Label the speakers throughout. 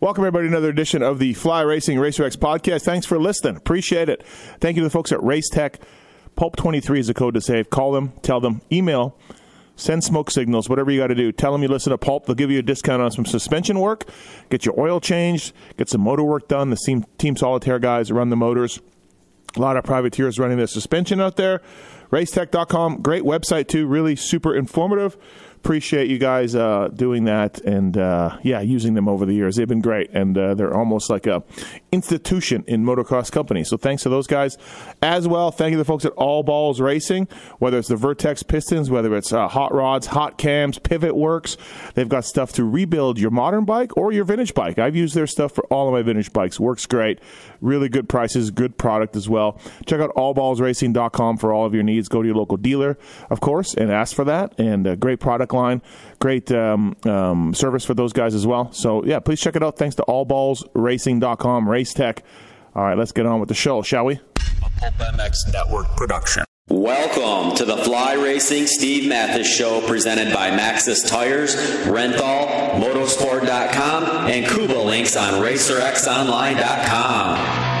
Speaker 1: Welcome, everybody, to another edition of the Fly Racing RacerX podcast. Thanks for listening. Appreciate it. Thank you to the folks at Race Tech. Pulp23 is the code to save. Call them, tell them, email, send smoke signals, whatever you got to do. Tell them you listen to Pulp. They'll give you a discount on some suspension work, get your oil changed, get some motor work done. The team, team Solitaire guys run the motors. A lot of privateers running their suspension out there. Racetech.com, great website too, really super informative. Appreciate you guys uh, doing that and uh, yeah, using them over the years. They've been great and uh, they're almost like a institution in motocross companies. So thanks to those guys as well. Thank you to the folks at All Balls Racing, whether it's the Vertex Pistons, whether it's uh, hot rods, hot cams, pivot works. They've got stuff to rebuild your modern bike or your vintage bike. I've used their stuff for all of my vintage bikes. Works great. Really good prices, good product as well. Check out allballsracing.com for all of your needs. Go to your local dealer, of course, and ask for that. And uh, great product line, great um, um, service for those guys as well. So, yeah, please check it out. Thanks to allballsracing.com, Race Tech. All right, let's get on with the show, shall we?
Speaker 2: A Pulp MX Network production.
Speaker 3: Welcome to the Fly Racing Steve Mathis Show presented by Maxis Tires, Renthal, Motorsport.com, and Kuba Links on RacerXOnline.com.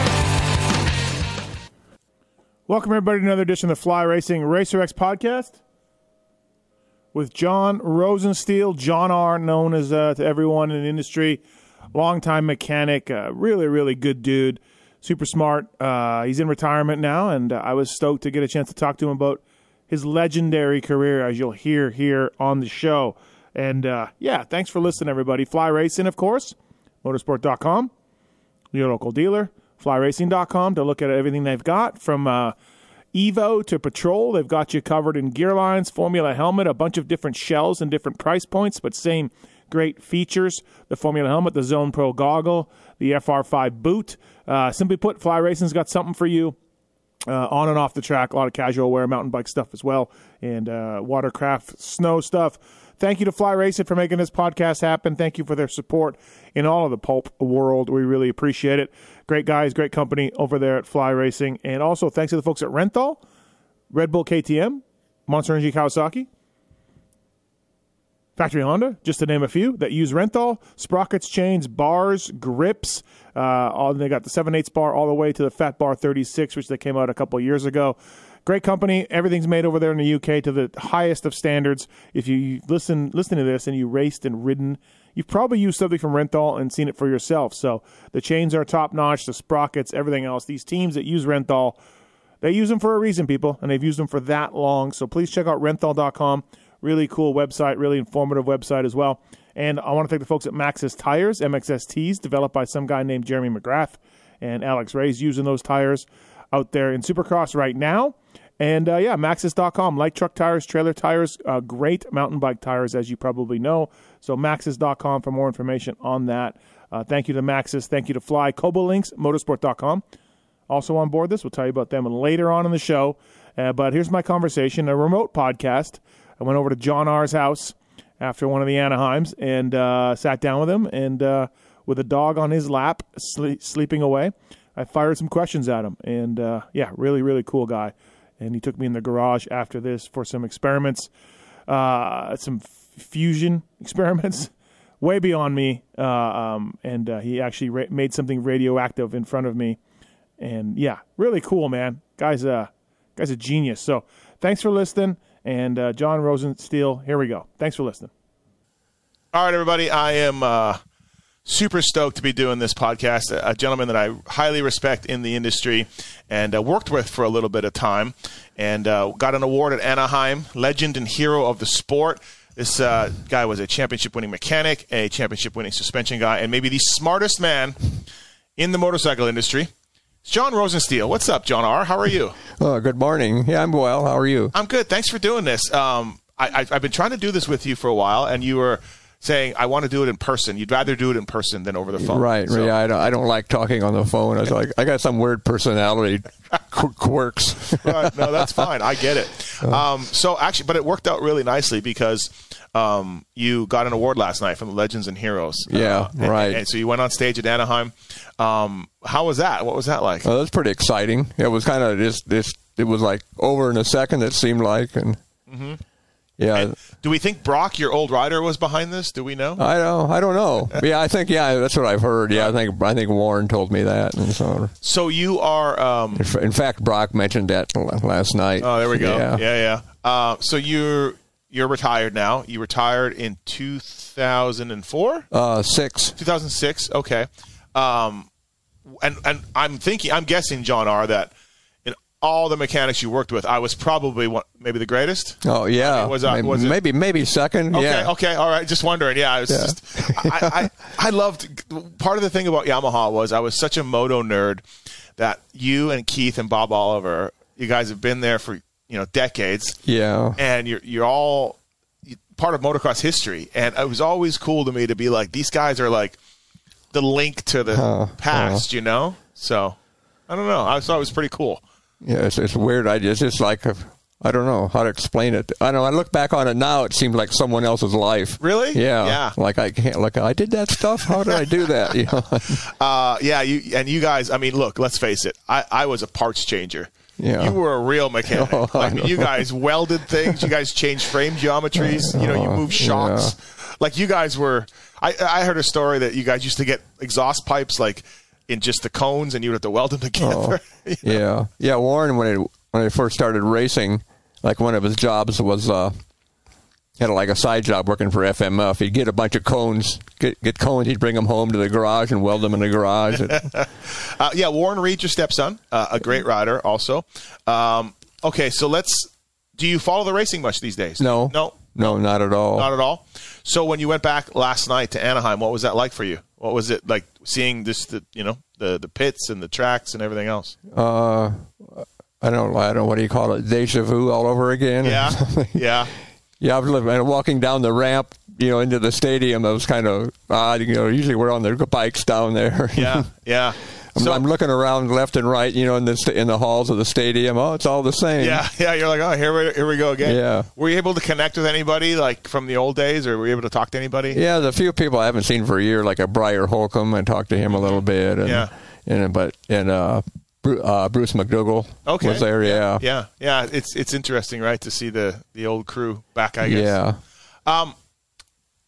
Speaker 1: Welcome, everybody, to another edition of the Fly Racing RacerX podcast with John Rosensteel. John R., known as uh, to everyone in the industry, longtime mechanic, uh, really, really good dude, super smart. Uh, he's in retirement now, and uh, I was stoked to get a chance to talk to him about his legendary career, as you'll hear here on the show. And uh, yeah, thanks for listening, everybody. Fly Racing, of course, motorsport.com your local dealer, flyracing.com to look at everything they've got from uh, Evo to Patrol. They've got you covered in gear lines, Formula helmet, a bunch of different shells and different price points, but same great features the Formula helmet, the Zone Pro goggle, the FR5 boot. Uh, simply put, Fly Racing's got something for you uh, on and off the track. A lot of casual wear, mountain bike stuff as well, and uh, watercraft, snow stuff. Thank you to Fly Racing for making this podcast happen. Thank you for their support in all of the pulp world. We really appreciate it. Great guys, great company over there at Fly Racing. And also thanks to the folks at Renthal, Red Bull KTM, Monster Energy Kawasaki, Factory Honda, just to name a few, that use Renthal, sprockets, chains, bars, grips. Uh, all, they got the 7 8 bar all the way to the Fat Bar 36, which they came out a couple years ago. Great company. Everything's made over there in the UK to the highest of standards. If you listen listen to this and you raced and ridden, you've probably used something from Renthal and seen it for yourself. So the chains are top notch, the sprockets, everything else. These teams that use Renthal they use them for a reason, people, and they've used them for that long. So please check out renthal.com. Really cool website, really informative website as well. And I want to thank the folks at Maxis Tires, MXSTs, developed by some guy named Jeremy McGrath and Alex Ray's using those tires out there in Supercross right now. And uh, yeah, Maxis.com, light truck tires, trailer tires, uh, great mountain bike tires, as you probably know. So Maxis.com for more information on that. Uh, thank you to Maxis. Thank you to Fly, Cobolinks, Motorsport.com also on board this. We'll tell you about them later on in the show. Uh, but here's my conversation a remote podcast. I went over to John R.'s house after one of the Anaheims and uh, sat down with him and uh, with a dog on his lap, sle- sleeping away. I fired some questions at him. And uh, yeah, really, really cool guy. And he took me in the garage after this for some experiments, uh, some f- fusion experiments. Way beyond me, uh, um, and uh, he actually ra- made something radioactive in front of me, and yeah, really cool, man. Guy's a guy's a genius. So thanks for listening. And uh, John Rosensteel, here we go. Thanks for listening. All right, everybody. I am uh,
Speaker 4: super stoked to be doing this podcast. A, a gentleman that I highly respect in the industry and uh, worked with for a little bit of time, and uh, got an award at Anaheim, legend and hero of the sport. This uh, guy was a championship winning mechanic, a championship winning suspension guy, and maybe the smartest man in the motorcycle industry. It's John Rosensteel. What's up, John R? How are you?
Speaker 5: Oh, good morning. Yeah, I'm well. How are you?
Speaker 4: I'm good. Thanks for doing this. Um, I, I, I've been trying to do this with you for a while, and you were saying, I want to do it in person. You'd rather do it in person than over the phone.
Speaker 5: Right.
Speaker 4: Oh, So-
Speaker 5: yeah, I don't, I don't like talking on the phone. I was like, I got some weird personality qu- quirks.
Speaker 4: Right. No, that's fine. I get it. Um, so actually, but it worked out really nicely because um, you got an award last night from the Legends and Heroes.
Speaker 5: Yeah,
Speaker 4: and-
Speaker 5: right.
Speaker 4: And, so you went on stage at Anaheim. Um, how was that? What was that like?
Speaker 5: Well, that's pretty exciting. It was kind of just this. It was like over in a second. It seemed like, and
Speaker 4: Mm-hmm.
Speaker 5: yeah,
Speaker 4: Do we think Brock, your old rider, was behind this? Do we know?
Speaker 5: I don't. I don't know. Yeah, I think. Yeah, that's what I've heard. Yeah, I think. I think Warren told me that, and so
Speaker 4: so you are. Um,
Speaker 5: in fact, Brock mentioned that l- last night.
Speaker 4: oh, there we go.
Speaker 5: Yeah.
Speaker 4: Yeah, yeah. Uh, so you're you're retired now. You retired in 2004.
Speaker 5: Uh, six.
Speaker 4: 2006. Okay. Um, and and I'm thinking, I'm guessing, John R. That in all the mechanics you worked with, I was probably one, maybe the greatest.
Speaker 5: Oh yeah.
Speaker 4: mean, was I-
Speaker 5: May-
Speaker 4: was it-
Speaker 5: maybe maybe second.
Speaker 4: Okay,
Speaker 5: yeah.
Speaker 4: okay, all right. Just wondering. Yeah, I was just. I, I I loved. Part of the thing about Yamaha was I was such a moto nerd that you and Keith and Bob Oliver, you guys have been there for you know decades.
Speaker 5: Yeah.
Speaker 4: and you're you're all part of motocross history. And it was always cool to me to be like, these guys are like the link to the past, you know. So I don't know. I thought it was pretty cool.
Speaker 5: Yeah, it's, it's weird. I it's just like I I don't know how to explain it. I know. I look back on it now. It seemed like someone else's life.
Speaker 4: Really?
Speaker 5: Yeah.
Speaker 4: Yeah.
Speaker 5: Like I can't. Like I did that stuff. How did I do that? You know?
Speaker 4: Uh, yeah, you and you guys. I mean, look, let's face it. I, I was a parts changer.
Speaker 5: Yeah.
Speaker 4: You were a real mechanic.
Speaker 5: Oh, I
Speaker 4: like,
Speaker 5: know.
Speaker 4: you guys welded things. You guys changed frame geometries. You know, you
Speaker 5: Oh,
Speaker 4: moved shocks. Like you guys were. I, I heard a story that you guys used to get exhaust pipes like in just the cones, and you would have to weld them
Speaker 5: Oh.
Speaker 4: together.
Speaker 5: yeah. Yeah. Warren, when it when I first started racing, like one of his jobs was uh, had like a side job working for FMF. He'd get a bunch of cones, get get cones. He'd bring them home to the garage and weld them in the garage. It-
Speaker 4: Uh, yeah, Warren Reed, your stepson, uh, a great rider, also. Um, okay, so let's. Do you follow the racing much these days?
Speaker 5: no.
Speaker 4: no,
Speaker 5: No. Not at all.
Speaker 4: not at all. So when you went back last night to Anaheim, what was that like for you? What was it like seeing this? The, you know, the the pits and the tracks and everything else.
Speaker 5: uh, I don't. I don't. know What do you call it? Deja vu all over again. or
Speaker 4: Yeah,
Speaker 5: something.
Speaker 4: yeah.
Speaker 5: Yeah, I was living, and walking down the ramp, you know, into the stadium. That was kind of odd. You know, usually we're on their bikes down there.
Speaker 4: Yeah, yeah.
Speaker 5: I'm,
Speaker 4: So,
Speaker 5: I'm looking around left and right, you know, in the sta- in the halls of the stadium. Oh, it's all the same.
Speaker 4: yeah, yeah. You're like, oh, here we here we go again.
Speaker 5: Yeah.
Speaker 4: Were you able to connect with anybody like from the old days, or were you able to talk to anybody?
Speaker 5: yeah. The few people I haven't seen for a year, like a Briar Holcomb, I talked to him a little bit. And,
Speaker 4: Yeah.
Speaker 5: And but and uh, Bru- uh Bruce McDougall
Speaker 4: Okay.
Speaker 5: was there. Yeah.
Speaker 4: Yeah, yeah. It's it's interesting, right, to see the the old crew back. I guess.
Speaker 5: Yeah.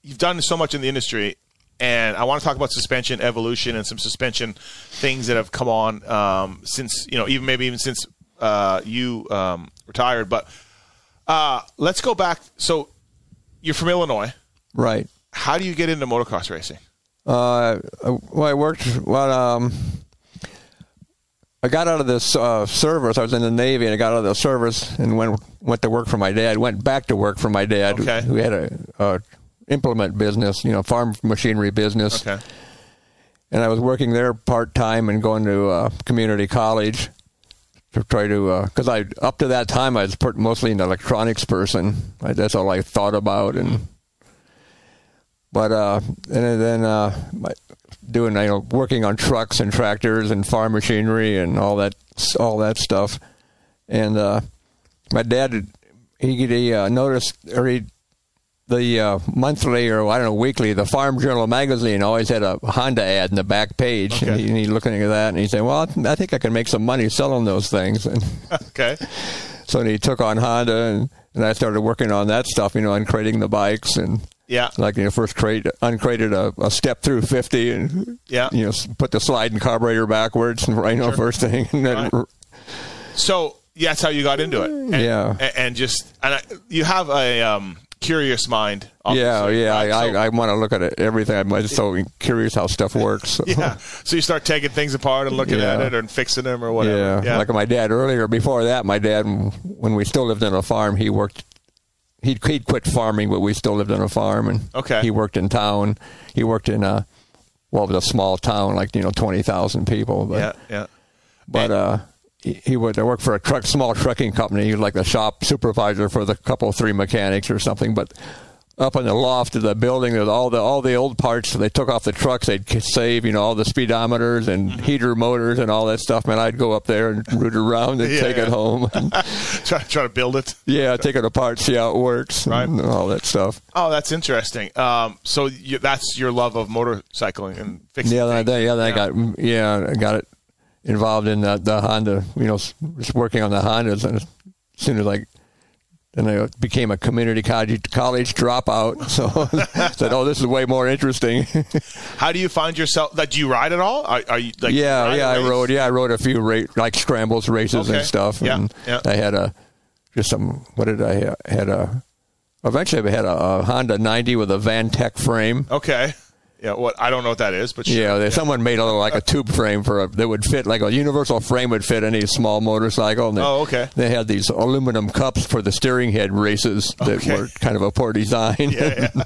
Speaker 4: you've done so much in the industry, and I want to talk about suspension evolution and some suspension things that have come on um, since you know even maybe even since uh, you um, retired. But uh, let's go back. So you're from Illinois.
Speaker 5: Right.
Speaker 4: How do you get into motocross racing?
Speaker 5: Uh, well, I worked. Well, um, I got out of this uh, service. I was in the Navy, and I got out of the service and went went to work for my dad. Went back to work for my dad.
Speaker 4: Okay.
Speaker 5: who had a, a implement business, you know, farm machinery business.
Speaker 4: Okay.
Speaker 5: And I was working there part time and going to uh, community college to try to because I up to that time I was per- mostly an electronics person. I, that's all I thought about and but uh and then uh my, doing you know working on trucks and tractors and farm machinery and all that all that stuff and uh my dad he, he uh, noticed or he the uh, monthly or I don't know weekly, the Farm Journal magazine always had a Honda ad in the back page, and,
Speaker 4: Okay.
Speaker 5: he, and he looking at that and he said, "Well, I, th- I think I can make some money selling those things." And
Speaker 4: Okay.
Speaker 5: so he took on Honda, and, and I started working on that stuff, you know, uncrating the bikes and
Speaker 4: Yeah.
Speaker 5: like you know, first crate uncrated a, a step through fifty, and
Speaker 4: Yeah.
Speaker 5: you know, s- put the slide and carburetor backwards, and you know, first thing, and then,
Speaker 4: So yeah, that's how you got into it. And,
Speaker 5: Yeah.
Speaker 4: a- And just and I, you have a um, curious mind.
Speaker 5: yeah,
Speaker 4: obviously,
Speaker 5: yeah.
Speaker 4: right?
Speaker 5: I,
Speaker 4: So-
Speaker 5: I, I want to look at it, everything. I'm just so curious how stuff works.
Speaker 4: yeah. So you start taking things apart and looking
Speaker 5: Yeah.
Speaker 4: at it and fixing them or
Speaker 5: Yeah.
Speaker 4: whatever.
Speaker 5: Like my dad earlier, before that, my dad, when we still lived on a farm, he worked. He'd, he'd quit farming, but we still lived on a farm, and
Speaker 4: Okay.
Speaker 5: he worked in town. He worked in a well, it was a small town, like you know, twenty thousand people. But,
Speaker 4: yeah, yeah.
Speaker 5: but uh, he, he would work for a truck, small trucking company. He was like the shop supervisor for the couple three mechanics or something. But up in the loft of the building, there's all the all the old parts they took off the trucks. They'd k- save, you know, all the speedometers and
Speaker 4: Mm-hmm.
Speaker 5: heater motors and all that stuff. Man, I'd go up there and root around and
Speaker 4: Yeah,
Speaker 5: take
Speaker 4: yeah.
Speaker 5: it home.
Speaker 4: Try, try to build it.
Speaker 5: yeah, take it apart, see how it works,
Speaker 4: Right.
Speaker 5: and all that stuff.
Speaker 4: Oh, that's interesting. Um, so you, that's your love of motorcycling and fixing.
Speaker 5: Yeah, then,
Speaker 4: things.
Speaker 5: I- yeah, then I got yeah, I got it involved in the, the Honda. You know, s- just working on the Hondas, and as soon as I then I became a community college college dropout. So I said, oh, this is way more interesting.
Speaker 4: How do you find yourself? That do you ride at all? Are, are you like? you
Speaker 5: yeah,
Speaker 4: ride
Speaker 5: yeah,
Speaker 4: a
Speaker 5: I
Speaker 4: race?
Speaker 5: rode. Yeah, I rode a few ra- like scrambles races
Speaker 4: Okay.
Speaker 5: and stuff.
Speaker 4: Yeah,
Speaker 5: And
Speaker 4: yeah.
Speaker 5: I had a just some. What did I ha- had a. Eventually, I had a, a Honda 90 with a Van Tech frame.
Speaker 4: Okay. Yeah. What I don't know what that is, but sure.
Speaker 5: Yeah, they, someone made a little, like a tube frame for a that would fit like a universal frame would fit any small motorcycle. And they,
Speaker 4: Oh, okay.
Speaker 5: They had these aluminum cups for the steering head races that
Speaker 4: Okay.
Speaker 5: were kind of a poor design.
Speaker 4: Yeah, yeah.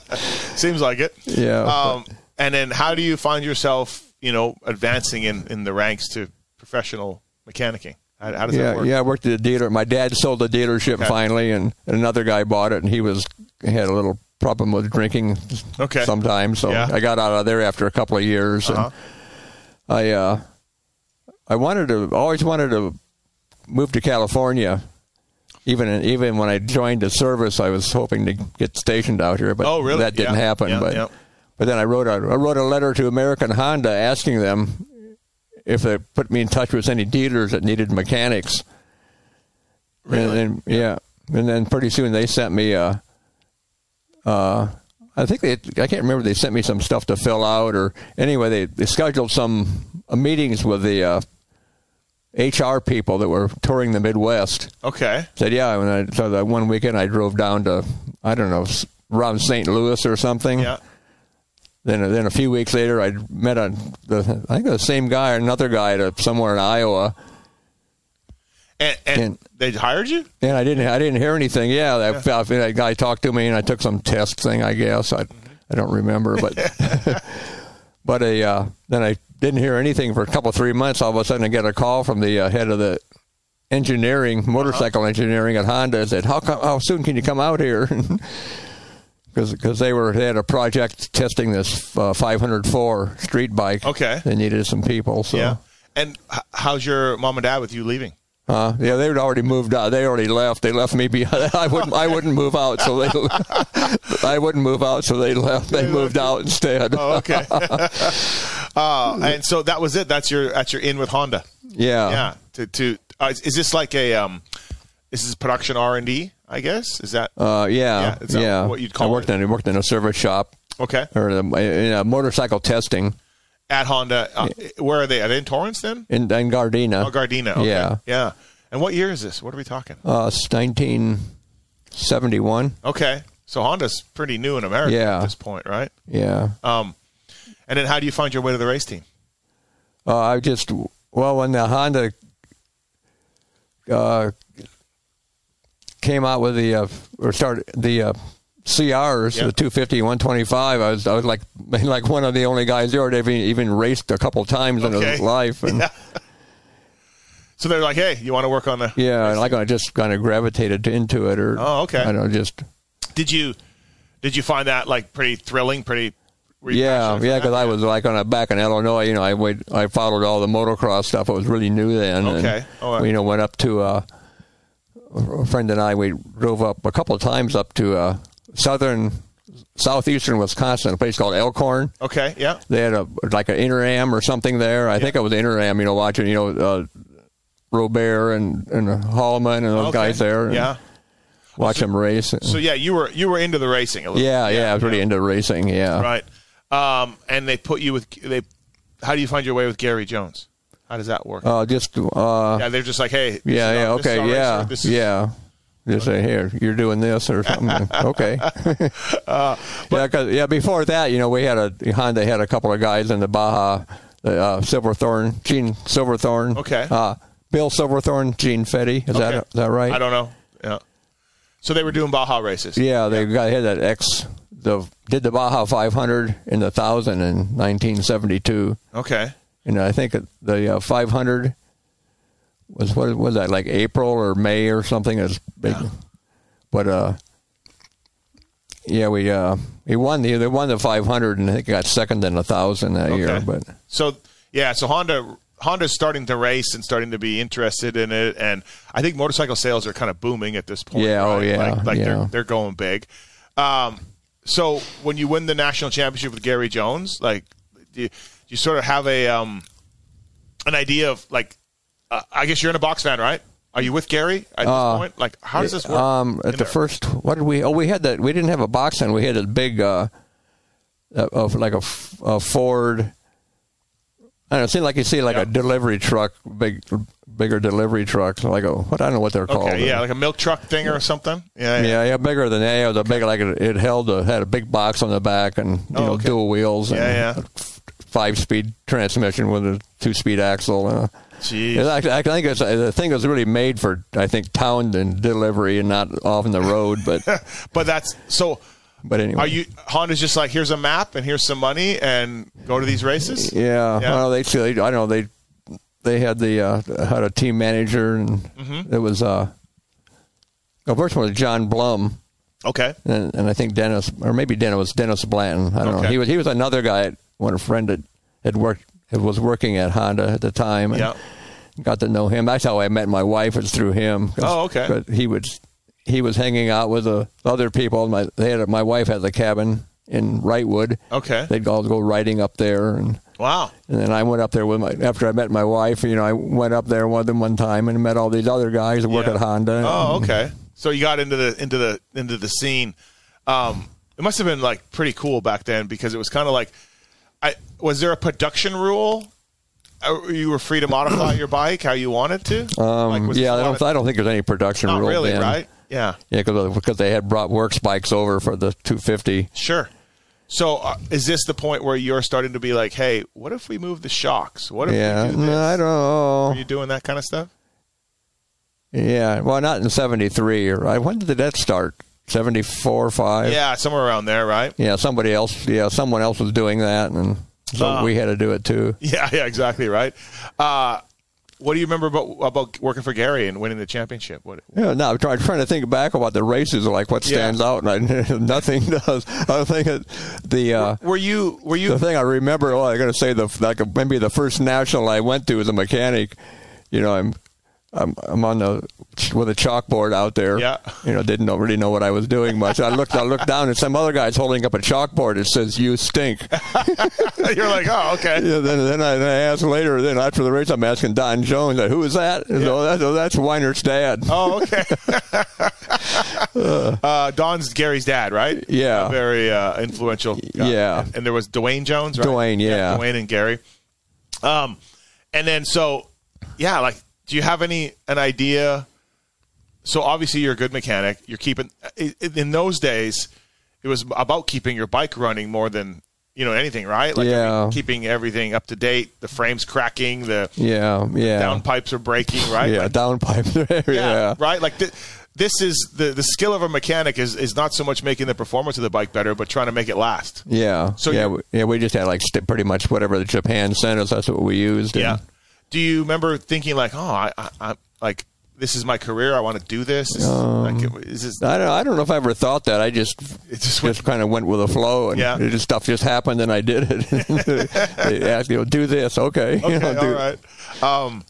Speaker 4: Seems like it.
Speaker 5: Yeah,
Speaker 4: Um, and then how do you find yourself? You know, advancing in in the ranks to professional mechanicking. How, how does that
Speaker 5: yeah,
Speaker 4: work?
Speaker 5: yeah, I worked at a dealer. My dad sold the dealership
Speaker 4: Okay.
Speaker 5: finally, and another guy bought it, and he was he had a little problem with drinking
Speaker 4: Okay.
Speaker 5: sometimes. So
Speaker 4: Yeah.
Speaker 5: I got out of there after a couple of years,
Speaker 4: Uh-huh.
Speaker 5: and I uh, I wanted to always wanted to move to California. Even even when I joined the service, I was hoping to get stationed out here, but
Speaker 4: Oh, really?
Speaker 5: that didn't
Speaker 4: Yeah.
Speaker 5: happen.
Speaker 4: Yeah,
Speaker 5: but
Speaker 4: yeah.
Speaker 5: but then I wrote a I wrote a letter to American Honda asking them if they put me in touch with any dealers that needed mechanics. And then, yeah. And then pretty soon they sent me uh uh I think they I can't remember they sent me some stuff to fill out or anyway they, they scheduled some uh, meetings with the uh HR people that were touring the Midwest.
Speaker 4: Okay.
Speaker 5: Said yeah, and I, so that one weekend I drove down to I don't know s- around St. Louis or something.
Speaker 4: Yeah.
Speaker 5: Then, then a few weeks later, I met a, the, I think the same guy, or another guy, to, somewhere in Iowa,
Speaker 4: And, and,
Speaker 5: And-
Speaker 4: they hired you?
Speaker 5: and I didn't, I didn't hear anything. Yeah, that, that guy talked to me, and I took some test thing, I guess. I, I don't remember, but, but a, uh, then I didn't hear anything for a couple, three months. All of a sudden, I get a call from the uh, head of the engineering, motorcycle engineering at Honda. Said, "How come, how soon can you come out here?" Because they were they had a project testing this uh, 504 street bike.
Speaker 4: Okay.
Speaker 5: they needed some people. So
Speaker 4: Yeah. And h- how's your mom and dad with you leaving?
Speaker 5: Uh, yeah, they had already moved out. They already left. They left me behind. I wouldn't. I wouldn't move out. So they. I wouldn't move out. So they left. They moved out instead.
Speaker 4: Oh, okay. uh, and so that was it. That's your that's your in with Honda.
Speaker 5: yeah.
Speaker 4: yeah. To to uh, is, is this like a um? Is this production R and D? I guess is that
Speaker 5: Uh, yeah.
Speaker 4: Yeah, is that what you'd call
Speaker 5: I worked
Speaker 4: it?
Speaker 5: in. I worked in a service shop
Speaker 4: okay?
Speaker 5: or the, in a motorcycle testing
Speaker 4: At Honda, uh, where are they? Are they in Torrance then?
Speaker 5: in, in Gardena.
Speaker 4: Oh, Gardena. Okay.
Speaker 5: Yeah.
Speaker 4: yeah. And what year is this? What are we talking?
Speaker 5: Uh, it's 1971.
Speaker 4: Okay, so Honda's pretty new in America
Speaker 5: Yeah.
Speaker 4: at this point, right?
Speaker 5: Yeah.
Speaker 4: Um, and then how do you find your way to the race team?
Speaker 5: Uh, I just well when the Honda uh, came out with the uh, or started the uh, CRs,
Speaker 4: Yeah.
Speaker 5: the 250, 125, I was I was like like one of the only guys there that even even raced a couple times in
Speaker 4: Okay.
Speaker 5: his life, and yeah,
Speaker 4: So they're like, hey, you want to work on the?
Speaker 5: and like I just kind of gravitated into it, or
Speaker 4: Oh, okay.
Speaker 5: I don't know, just
Speaker 4: Did you did you find that like pretty thrilling? Pretty. were you
Speaker 5: yeah,
Speaker 4: passionate for
Speaker 5: yeah,
Speaker 4: that?
Speaker 5: because I was like on a back in Illinois, you know, I wait, I followed all the motocross stuff. It was really new then. and
Speaker 4: Okay. All right.
Speaker 5: we, you know, went up to uh, a friend and I. We drove up a couple of times up to uh, southern, southeastern Wisconsin, a place called Elkhorn.
Speaker 4: Okay. Yeah.
Speaker 5: They had a like an Interam or something there. I think it was Interam. You know, watching you know uh, Robert and and Hallman and those
Speaker 4: Okay.
Speaker 5: guys there. and
Speaker 4: Yeah.
Speaker 5: watch them race.
Speaker 4: So yeah, you were you were into the racing a little.
Speaker 5: yeah, yeah, I was really
Speaker 4: yeah.
Speaker 5: into racing. Yeah.
Speaker 4: Right. Um, and they put you with they. How do you find your way with Gary Jones? How does that work?
Speaker 5: Uh, just uh,
Speaker 4: yeah, they're just like, hey. this
Speaker 5: Yeah,
Speaker 4: is our- this is
Speaker 5: yeah, okay,
Speaker 4: our racer,
Speaker 5: yeah,
Speaker 4: this is-
Speaker 5: yeah. Just say, here, you're doing this or something. okay.
Speaker 4: Uh,
Speaker 5: yeah, 'cause- yeah, before that, you know, we had a Honda had a couple of guys in the Baja, the uh, Silverthorne, Gene Silverthorne.
Speaker 4: Okay.
Speaker 5: Uh, Bill Silverthorne, Gene Fetty. Is that
Speaker 4: Okay.
Speaker 5: is that right?
Speaker 4: I don't know. Yeah. So they were doing Baja races.
Speaker 5: Yeah, they got had that X. The did the Baja 500 and the thousand in 1972,
Speaker 4: Okay.
Speaker 5: and I think the uh, 500 was what was that like April or May or something? Is big, but uh, yeah, we uh, he won the they won the 500 and I think got second in the thousand that year.
Speaker 4: Okay.
Speaker 5: But
Speaker 4: So yeah, so Honda Honda's starting to race and starting to be interested in it, and I think motorcycle sales are kind of booming at this point.
Speaker 5: Yeah, oh,
Speaker 4: right?
Speaker 5: yeah,
Speaker 4: like, like they're
Speaker 5: yeah.
Speaker 4: they're going big. Um, so when you win the national championship with Gary Jones, like do you, do you sort of have a um, an idea of like, uh, I guess you're in a box van, right? Are you with Gary at this
Speaker 5: Uh,
Speaker 4: point? Like, how does this work?
Speaker 5: um,
Speaker 4: in
Speaker 5: at the
Speaker 4: there?
Speaker 5: first, what did we? Oh, we had that. We didn't have a box and we had a big uh, uh, of like a, f- a Ford. I don't know, it seemed like you see like
Speaker 4: Yeah.
Speaker 5: a delivery truck, big, bigger delivery trucks, like a what I don't know what they're called.
Speaker 4: okay, yeah, like a milk truck thing or something. Yeah, yeah,
Speaker 5: yeah, yeah, bigger than that. It was a big, like it, it held a, had a big box on the back and you
Speaker 4: Oh,
Speaker 5: know,
Speaker 4: okay.
Speaker 5: dual wheels. And
Speaker 4: Yeah, yeah.
Speaker 5: Five speed transmission with a two speed axle. And a,
Speaker 4: Jeez.
Speaker 5: It's actually- I think it's, uh, the thing was really made for I think town and delivery and not off on the road. But
Speaker 4: But that's so.
Speaker 5: but anyway,
Speaker 4: Are you Honda's just like here's a map and here's some money and go to these races?
Speaker 5: Yeah.
Speaker 4: Yeah.
Speaker 5: Well, they, they I don't know they they had the uh, had a team manager and
Speaker 4: Mm-hmm.
Speaker 5: it was uh the first one was John Blum
Speaker 4: Okay.
Speaker 5: and, and I think Dennis or maybe Dennis was Dennis Blanton. I don't know.
Speaker 4: Okay.
Speaker 5: He was he was another guy when a friend had, had worked had, was working at Honda at the time. And
Speaker 4: Yeah.
Speaker 5: Got to know him. That's how I met my wife was through him. 'Cause-
Speaker 4: Oh, okay.
Speaker 5: But he would he was hanging out with the other people. My they had a, my wife had the cabin in Wrightwood.
Speaker 4: Okay.
Speaker 5: They'd all go riding up there and.
Speaker 4: Wow.
Speaker 5: And then I went up there with my after I met my wife. You know, I went up there with them one time and met all these other guys that work
Speaker 4: Yeah.
Speaker 5: at Honda.
Speaker 4: Oh, okay. So you got into the into the into the scene. Um, it must have been like pretty cool back then because it was kind of like, I was there a production rule? Uh, You were free to modify your bike how you wanted to.
Speaker 5: Um,
Speaker 4: Like, was
Speaker 5: yeah,
Speaker 4: this
Speaker 5: I
Speaker 4: a lot
Speaker 5: don't.
Speaker 4: of-
Speaker 5: I don't think there's any production
Speaker 4: not
Speaker 5: rule.
Speaker 4: really,
Speaker 5: then.
Speaker 4: right? Yeah.
Speaker 5: Yeah, uh, because they had brought work spikes over for the 250.
Speaker 4: Sure. So uh, is this the point where you're starting to be like, hey, what if we move the shocks? What if
Speaker 5: Yeah,
Speaker 4: we do this?
Speaker 5: no, I don't
Speaker 4: Are
Speaker 5: know.
Speaker 4: you doing that kind of stuff?
Speaker 5: Yeah, well, not in '73. Or I- when did that start? '74, five.
Speaker 4: Yeah, somewhere around there, right?
Speaker 5: yeah. Somebody else. Yeah, someone else was doing that, and so
Speaker 4: Ah.
Speaker 5: we had to do it too.
Speaker 4: Yeah, yeah, exactly right. Uh, what do you remember about about working for Gary and winning the championship? What?
Speaker 5: Yeah, no, I'm trying, trying to think back about the races, like what
Speaker 4: Yeah.
Speaker 5: stands out, and I, nothing does. I think it, the uh,
Speaker 4: Were you were you
Speaker 5: the thing I remember. Oh, I'm going to say the like maybe the first national I went to as a mechanic. You know, I'm I'm I'm on the with a chalkboard out there.
Speaker 4: Yeah.
Speaker 5: you know, didn't know, really know what I was doing much. I looked I looked down, and some other guy's holding up a chalkboard that says "You stink."
Speaker 4: you're like oh okay
Speaker 5: Yeah, then, then I, then I asked later. Then after the race, I'm asking Don Jones, like, "Who is that?" And so that's, so that's Weiner's dad.
Speaker 4: oh okay. uh, Don's Gary's dad, right?
Speaker 5: Yeah.
Speaker 4: A very uh, influential. guy.
Speaker 5: Yeah.
Speaker 4: and, and there was Dwayne Jones, right?
Speaker 5: Dwayne, yeah.
Speaker 4: Dwayne and Gary. Um, and then so yeah, like, do you have any an idea? so obviously you're a good mechanic. You're keeping i- i- in those days, it was about keeping your bike running more than you know anything, right? Like I mean,
Speaker 5: Yeah.
Speaker 4: keeping everything up to date. The frames cracking, the
Speaker 5: Yeah, yeah.
Speaker 4: downpipes are breaking, right?
Speaker 5: Yeah,
Speaker 4: Like,
Speaker 5: downpipe. yeah. yeah.
Speaker 4: right. Like th- this is the the skill of a mechanic is is not so much making the performance of the bike better, but trying to make it last.
Speaker 5: Yeah.
Speaker 4: So
Speaker 5: yeah,
Speaker 4: you-
Speaker 5: we, yeah, we just had like st- pretty much whatever the Japan sent us. That's what we used. and-
Speaker 4: Yeah. Do you remember thinking like, oh, I, I, I like this is my career. I want to do this. This is- like, is this
Speaker 5: Um, I don't. I don't know if I ever thought that. I just
Speaker 4: It
Speaker 5: it
Speaker 4: just
Speaker 5: just,
Speaker 4: went-
Speaker 5: kind of went with the flow, and
Speaker 4: Yeah.
Speaker 5: it just, stuff just happened, and I did it. they asked, you know, do this, okay? you know,
Speaker 4: Okay, all
Speaker 5: do-
Speaker 4: right. Um,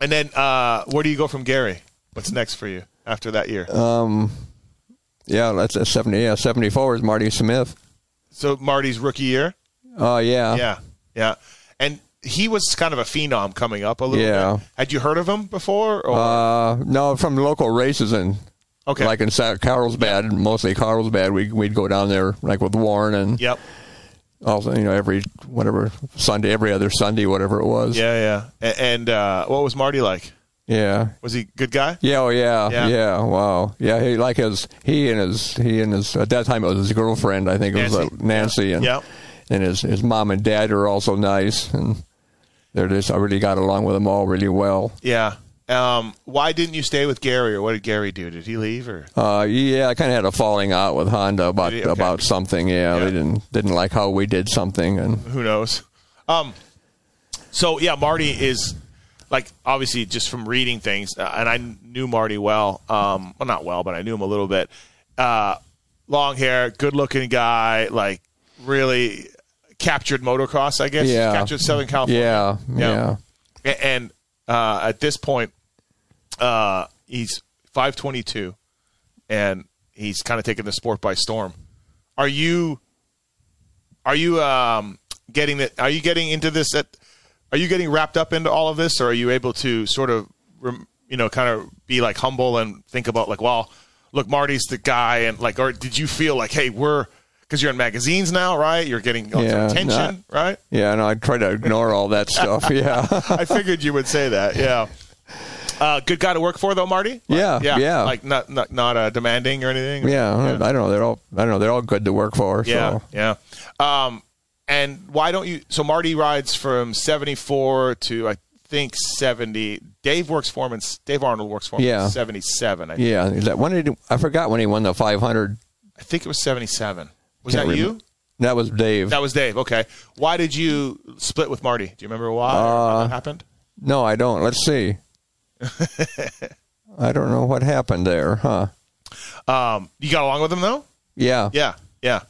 Speaker 4: and then uh, where do you go from Gary? What's next for you after that year?
Speaker 5: Uh, Yeah, that's that's seventy. Yeah, seventy four is Marty Smith.
Speaker 4: so Marty's rookie year.
Speaker 5: Oh yeah.
Speaker 4: yeah, yeah, and he was kind of a phenom coming up a little.
Speaker 5: Yeah.
Speaker 4: bit. Had you heard of him before? Or
Speaker 5: Uh, no, from local races and.
Speaker 4: Okay.
Speaker 5: Like in Sa- Carlsbad, mostly Carlsbad, we, we'd go down there, like with Warren and
Speaker 4: yep.
Speaker 5: also, you know, every, whatever, Sunday, every other Sunday, whatever it was.
Speaker 4: Yeah, yeah. A- And uh, what was Marty like?
Speaker 5: Yeah.
Speaker 4: Was he a good guy?
Speaker 5: Yeah, oh yeah,
Speaker 4: Yeah.
Speaker 5: yeah, wow, yeah. He like his he and his he and his at that time it was his girlfriend. I think it was
Speaker 4: Nancy.
Speaker 5: uh, Nancy and
Speaker 4: Yeah.
Speaker 5: and his his mom and dad are also nice and they're just I really got along with them all really well.
Speaker 4: Yeah. Um, why didn't you stay with Gary, or what did Gary do? Did he leave, or
Speaker 5: Uh, yeah, I kind of had a falling out with Honda about
Speaker 4: Did he? Okay.
Speaker 5: about something. Yeah,
Speaker 4: Yeah.
Speaker 5: they didn't didn't like how we did something and
Speaker 4: who knows? Um, so yeah, Marty is like obviously just from reading things, uh, and I knew Marty well. Um, well, not well, but I knew him a little bit. Uh, long hair, good-looking guy, like really captured motocross, I guess.
Speaker 5: Yeah.
Speaker 4: captured Southern California.
Speaker 5: yeah,
Speaker 4: Yeah.
Speaker 5: yeah,
Speaker 4: A- and uh, at this point, uh, he's five twenty two, and he's kind of taking the sport by storm. Are you? Are you um, getting that? Are you getting into this? At are you getting wrapped up into all of this, or are you able to sort of, rem, you know, kind of be like humble and think about like, well, look, Marty's the guy, and like, or did you feel like, hey, we're because you're in magazines now, right? You're getting lots of
Speaker 5: Yeah,
Speaker 4: attention, right?
Speaker 5: yeah. No, I try to ignore all that stuff. Yeah.
Speaker 4: I figured you would say that. Yeah. Uh, good guy to work for though, Marty. Like,
Speaker 5: Yeah, yeah.
Speaker 4: Like not not not uh, demanding or anything.
Speaker 5: Yeah,
Speaker 4: Yeah.
Speaker 5: I don't know. They're all I don't know. They're all good to work for.
Speaker 4: Yeah.
Speaker 5: so.
Speaker 4: yeah. Um, and why don't you? So Marty rides from seventy four to I think seventy. Dave works for him, and s- Dave Arnold works for him.
Speaker 5: Yeah.
Speaker 4: seventy seven. I,
Speaker 5: Yeah, is that when did he- I forgot when he won the 500?
Speaker 4: I think it was seventy seven. Was
Speaker 5: Can't
Speaker 4: that you?
Speaker 5: remember. That was Dave.
Speaker 4: That was Dave. Okay. Why did you split with Marty? Do you remember why or
Speaker 5: Uh,
Speaker 4: how that happened?
Speaker 5: no, I don't. Let's see. I don't know what happened there, huh?
Speaker 4: Um, you got along with him though.
Speaker 5: Yeah.
Speaker 4: Yeah. Yeah.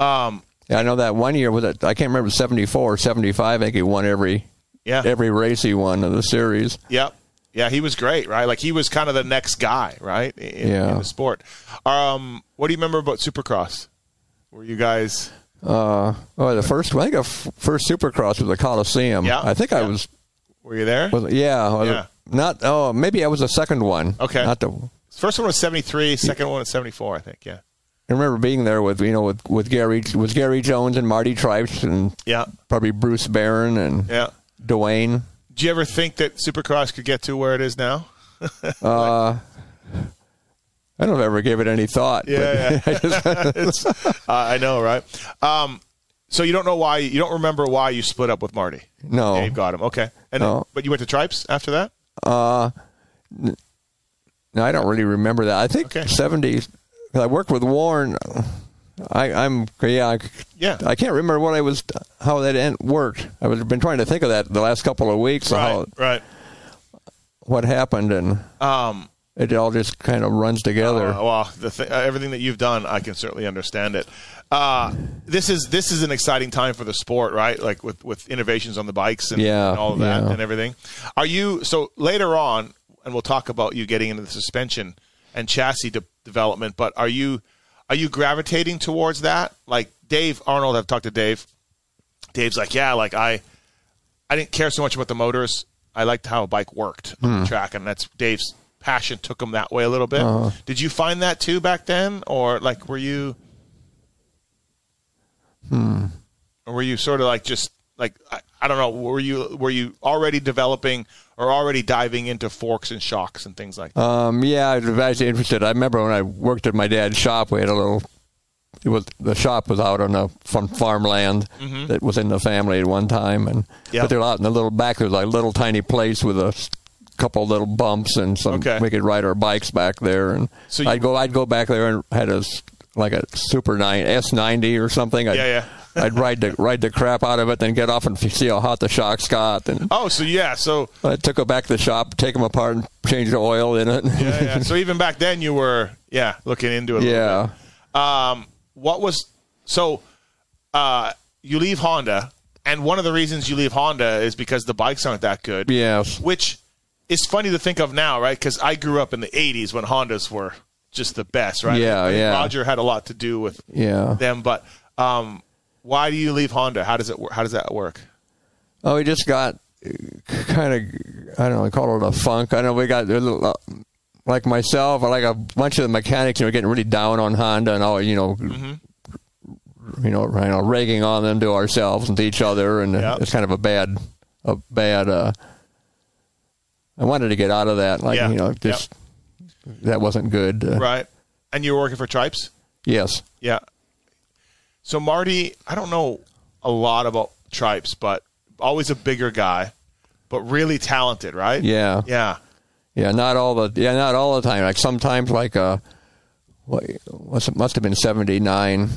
Speaker 4: Um,
Speaker 5: I know that one year was it? I can't remember 74 or 75. I think he won every
Speaker 4: yeah.
Speaker 5: every race he won of the series.
Speaker 4: Yep. Yeah, he was great, right? Like he was kind of the next guy, right? In, in
Speaker 5: Yeah.
Speaker 4: the sport. Um, what do you remember about Supercross? Were you guys?
Speaker 5: Uh, oh, the first I think the f- first Supercross was the Coliseum.
Speaker 4: Yeah,
Speaker 5: I think I
Speaker 4: yeah.
Speaker 5: was,
Speaker 4: Were you there?
Speaker 5: was yeah, I was-
Speaker 4: Yeah.
Speaker 5: not oh maybe I was the second one.
Speaker 4: Okay.
Speaker 5: not the
Speaker 4: First one was seventy three. Second one was seventy four. I think. Yeah.
Speaker 5: I remember being there with you know with, with Gary with Gary Jones and Marty Trice and
Speaker 4: Yeah.
Speaker 5: probably Bruce Barron and
Speaker 4: Yeah.
Speaker 5: Dwayne.
Speaker 4: Do you ever think that Supercross could get to where it is now?
Speaker 5: I don't ever give it any thought.
Speaker 4: Yeah,
Speaker 5: but I just-
Speaker 4: It's, uh, I know, right? Um, so you don't know why you don't remember why you split up with Marty.
Speaker 5: No.
Speaker 4: Dave got him. Okay. And
Speaker 5: No.
Speaker 4: but you went to Tripes after that.
Speaker 5: no, I don't really remember that. I think
Speaker 4: Okay.
Speaker 5: seventies. I worked with Warren. I, I'm yeah. I,
Speaker 4: Yeah.
Speaker 5: I can't remember what I was how that end worked. I've been trying to think of that the last couple of weeks. How
Speaker 4: Right.
Speaker 5: what happened and
Speaker 4: Right. Um,
Speaker 5: it all just kind of runs together.
Speaker 4: Uh, well, the th- everything that you've done, I can certainly understand it. Uh, this is this is an exciting time for the sport, right? Like with with innovations on the bikes and,
Speaker 5: Yeah,
Speaker 4: and all of that
Speaker 5: yeah.
Speaker 4: and everything. Are you so later on? And we'll talk about you getting into the suspension and chassis de- development. But are you are you gravitating towards that? Like Dave Arnold, I've talked to Dave. Dave's like, yeah, like I, I didn't care so much about the motors. I liked how a bike worked
Speaker 5: Hmm.
Speaker 4: on the track, and that's Dave's passion took him that way a little bit.
Speaker 5: Uh-huh.
Speaker 4: Did you find that too back then, or like were you, or were you sort of like just like I, I don't know, were you were you already developing or already diving into forks and shocks and things like that?
Speaker 5: Um, yeah, I was actually interested. I remember when I worked at my dad's shop, we had a little. It was the shop was out on a from farmland that was in the family at one time, and
Speaker 4: Mm-hmm. Yeah.
Speaker 5: but they're out in the little back. There was like a little tiny place with a s- couple little bumps and some.
Speaker 4: Okay.
Speaker 5: We could ride our bikes back there, and
Speaker 4: So you-
Speaker 5: I'd go. I'd go back there and had a s- like a super nine S ninety or something. I'd,
Speaker 4: Yeah, yeah.
Speaker 5: I'd ride the ride the crap out of it, then get off and f- see how hot the shocks got, and
Speaker 4: oh, so yeah, so
Speaker 5: I took it back to the shop, take them apart, and change the oil in it.
Speaker 4: yeah, yeah. so even back then you were yeah looking into it. a little bit.
Speaker 5: Yeah.
Speaker 4: um, what was so uh, you leave Honda, and one of the reasons you leave Honda is because the bikes aren't that good.
Speaker 5: Yes.
Speaker 4: which is funny to think of now, right? Because I grew up in the '80s when Hondas were just the best, right?
Speaker 5: Yeah,
Speaker 4: I think
Speaker 5: yeah.
Speaker 4: Roger had a lot to do with
Speaker 5: Yeah.
Speaker 4: them, but um, why do you leave Honda? How does it? wor- How does that work?
Speaker 5: Oh, we just got kind of, I don't know, they call it a funk. I know we got, a little, uh, like myself, or like a bunch of the mechanics, you know, getting really down on Honda and all, you know,
Speaker 4: Mm-hmm.
Speaker 5: you know, you know, ragging on them to ourselves and to each other. And
Speaker 4: Yeah.
Speaker 5: it's kind of a bad, a bad, uh, I wanted to get out of that. Like
Speaker 4: Yeah.
Speaker 5: you know, just that wasn't good. Uh,
Speaker 4: Right. And you were working for Tripes?
Speaker 5: Yes.
Speaker 4: Yeah. So Marty, I don't know a lot about Tripes, but always a bigger guy, but really talented, right?
Speaker 5: Yeah.
Speaker 4: Yeah.
Speaker 5: Yeah, not all the yeah, not all the time. Like sometimes, like uh, what what's- must have been 79,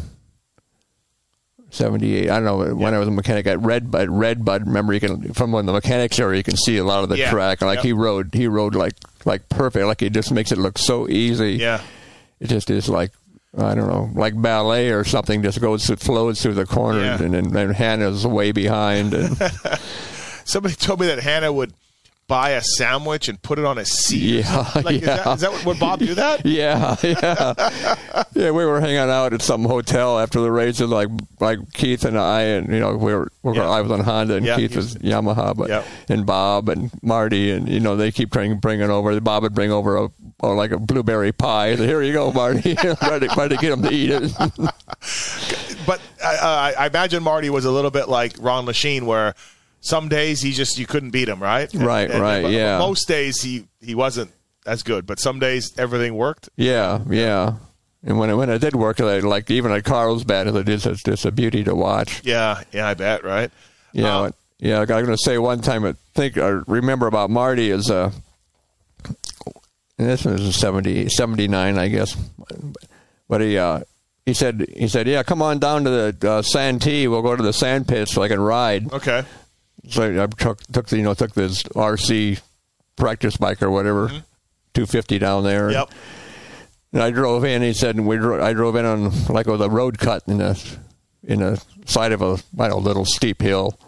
Speaker 5: 78. I don't know when I was a mechanic at Red Bud. Red Bud, remember you can from when the mechanics area, you can see a lot of the
Speaker 4: Yeah.
Speaker 5: track. Like
Speaker 4: Yep.
Speaker 5: he rode, he rode like like perfect. Like he just makes it look so easy.
Speaker 4: Yeah.
Speaker 5: it just is like. I don't know, like ballet or something, just goes through, flows through the corners,
Speaker 4: Yeah.
Speaker 5: and then and Hannah's way behind, and
Speaker 4: Somebody told me that Hannah would buy a sandwich and put it on a seat.
Speaker 5: Yeah,
Speaker 4: Like, is, that,
Speaker 5: yeah.
Speaker 4: is that what, would Bob do that?
Speaker 5: Yeah, yeah, yeah. We were hanging out at some hotel after the races, like like Keith and I, and you know, we were, we were
Speaker 4: Yeah.
Speaker 5: I was on Honda and
Speaker 4: Yeah,
Speaker 5: Keith
Speaker 4: he
Speaker 5: was Yamaha, but
Speaker 4: Yeah.
Speaker 5: and Bob and Marty, and you know, they keep trying bringing over. Bob would bring over a or like a blueberry pie. So, Here you go, Marty. try to try to get him to eat it.
Speaker 4: But I, I, I imagine Marty was a little bit like Ron Lachine, where some days he just you couldn't beat him, right? And-
Speaker 5: Right,
Speaker 4: and-
Speaker 5: right,
Speaker 4: but
Speaker 5: yeah.
Speaker 4: Most days he he wasn't as good, but some days everything worked.
Speaker 5: yeah, yeah. And when it, when it did work, I, like even at Carlsbad, it is it's just a beauty to watch.
Speaker 4: Yeah, yeah, I bet, right?
Speaker 5: Yeah,
Speaker 4: Uh,
Speaker 5: yeah. I'm gonna say one time. I think I remember about Marty is uh, and this was in 70, 79, I guess. But he uh, he said he said, yeah, come on down to the uh, Santee. We'll go to the sand pit so I can ride.
Speaker 4: okay.
Speaker 5: So I took took the, you know took this RC practice bike or whatever, fifty down there.
Speaker 4: Mm-hmm. Yep.
Speaker 5: And I drove in. He said, and we dro- I drove in on like with a road cut in a in a side of a I don't know, little steep hill,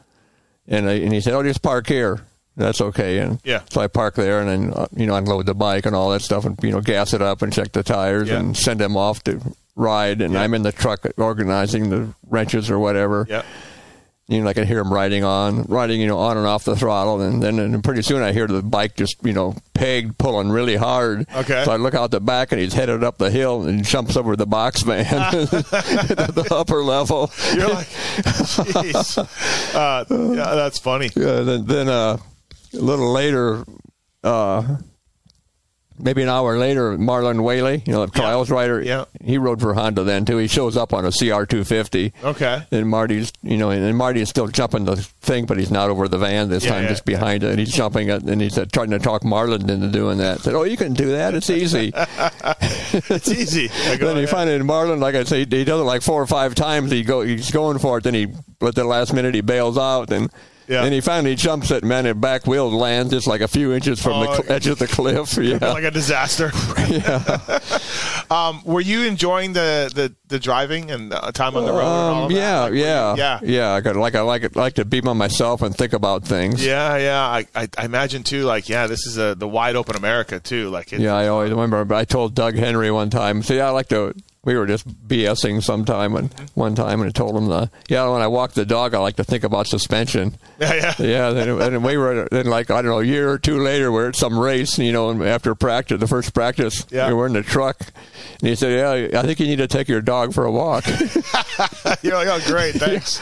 Speaker 5: and I, and he said, "Oh, just park here. That's okay." And
Speaker 4: Yeah.
Speaker 5: so I park there, and then uh, you know unload the bike and all that stuff, and you know gas it up and check the tires
Speaker 4: Yeah.
Speaker 5: and send him off to ride. And I'm in the truck organizing the wrenches or whatever
Speaker 4: Yeah.
Speaker 5: you know, I could hear him riding on, riding, you know, on and off the throttle, and then and pretty soon I hear the bike just, you know, pegged, pulling really hard.
Speaker 4: Okay.
Speaker 5: So I look out the back, and he's headed up the hill and jumps over the box man, the, the upper level.
Speaker 4: You're like, jeez. Uh, yeah, that's funny.
Speaker 5: Yeah, then then uh, a little later, uh, maybe an hour later, Marlon Whaley, you know, the Trials rider,
Speaker 4: Yeah.
Speaker 5: he rode for Honda then too. He shows up on a CR250.
Speaker 4: Okay.
Speaker 5: And Marty's, you know, and Marty is still jumping the thing, but he's not over the van this
Speaker 4: Yeah,
Speaker 5: time,
Speaker 4: yeah.
Speaker 5: just behind it. And he's jumping it, and he's uh, trying to talk Marlon into doing that. Said, "Oh, you can do that. It's easy."
Speaker 4: It's easy. I go,
Speaker 5: then he
Speaker 4: yeah.
Speaker 5: finally and Marlon, like I say, he does it like four or five times. He go, he's going for it. Then he, at the last minute, he bails out, and
Speaker 4: Yeah.
Speaker 5: then he finally jumps it. Man, his back wheel lands just like a few inches from
Speaker 4: Oh,
Speaker 5: the cl- edge of the cliff. Yeah,
Speaker 4: like a disaster. um, were you enjoying the, the, the driving and the time on the road? and all
Speaker 5: um,
Speaker 4: of that?
Speaker 5: yeah,
Speaker 4: Like, were you-
Speaker 5: yeah,
Speaker 4: yeah,
Speaker 5: yeah. I got like I like it, like to be by myself and think about things.
Speaker 4: yeah, yeah. I, I, I imagine too. Like, yeah, this is a, the wide open America too. Like, it,
Speaker 5: Yeah, I always remember. But I told Doug Henry one time. See, I like to. We were just BSing sometime, and one time, and I told him the yeah. When I walk the dog, I like to think about suspension.
Speaker 4: Yeah, yeah.
Speaker 5: yeah. Then, then we were then like I don't know a year or two later, we're at some race, you know, and after practice, the first practice,
Speaker 4: Yeah.
Speaker 5: we were in the truck, and he said, "Yeah, I think you need to take your dog for a walk."
Speaker 4: You're like, oh, great, thanks.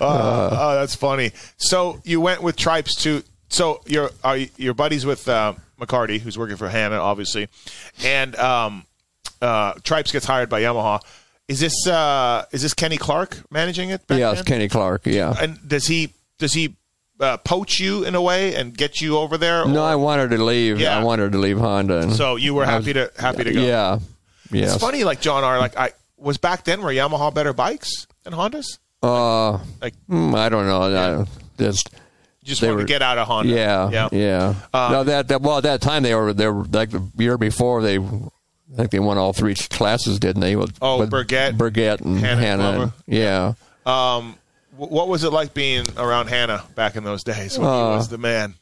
Speaker 4: Uh, oh, that's funny. So you went with Tripes to. So your are you- your buddies with uh, McCarty, who's working for Hannah, obviously, and um, uh, Tripes gets hired by Yamaha. Is this uh, is this Kenny Clark managing it? back
Speaker 5: yeah, it's
Speaker 4: then?
Speaker 5: Kenny Clark. Yeah.
Speaker 4: And does he does he uh, poach you in a way and get you over there?
Speaker 5: no,
Speaker 4: Or-
Speaker 5: I wanted to leave.
Speaker 4: Yeah.
Speaker 5: I wanted to leave Honda. and-
Speaker 4: So you were
Speaker 5: I was-
Speaker 4: happy to happy to go.
Speaker 5: Yeah.
Speaker 4: It's
Speaker 5: Yes.
Speaker 4: funny, like John R. Like I was back then. Were Yamaha better bikes than Hondas?
Speaker 5: Uh,
Speaker 4: Like
Speaker 5: mm, I don't know. I- just.
Speaker 4: you just
Speaker 5: They
Speaker 4: wanted
Speaker 5: were-
Speaker 4: to get out of Honda.
Speaker 5: Yeah,
Speaker 4: yeah. Um,
Speaker 5: yeah. no, that, that well, at that time they were they were like the year before they, I think they won all three classes, didn't they? With,
Speaker 4: Oh,
Speaker 5: with
Speaker 4: Burgett,
Speaker 5: Burgett, and
Speaker 4: Hannah
Speaker 5: Hannah.
Speaker 4: Glover.
Speaker 5: and- yeah.
Speaker 4: Um, wh- what was it like being around Hannah back in those days when
Speaker 5: Uh,
Speaker 4: he was the man?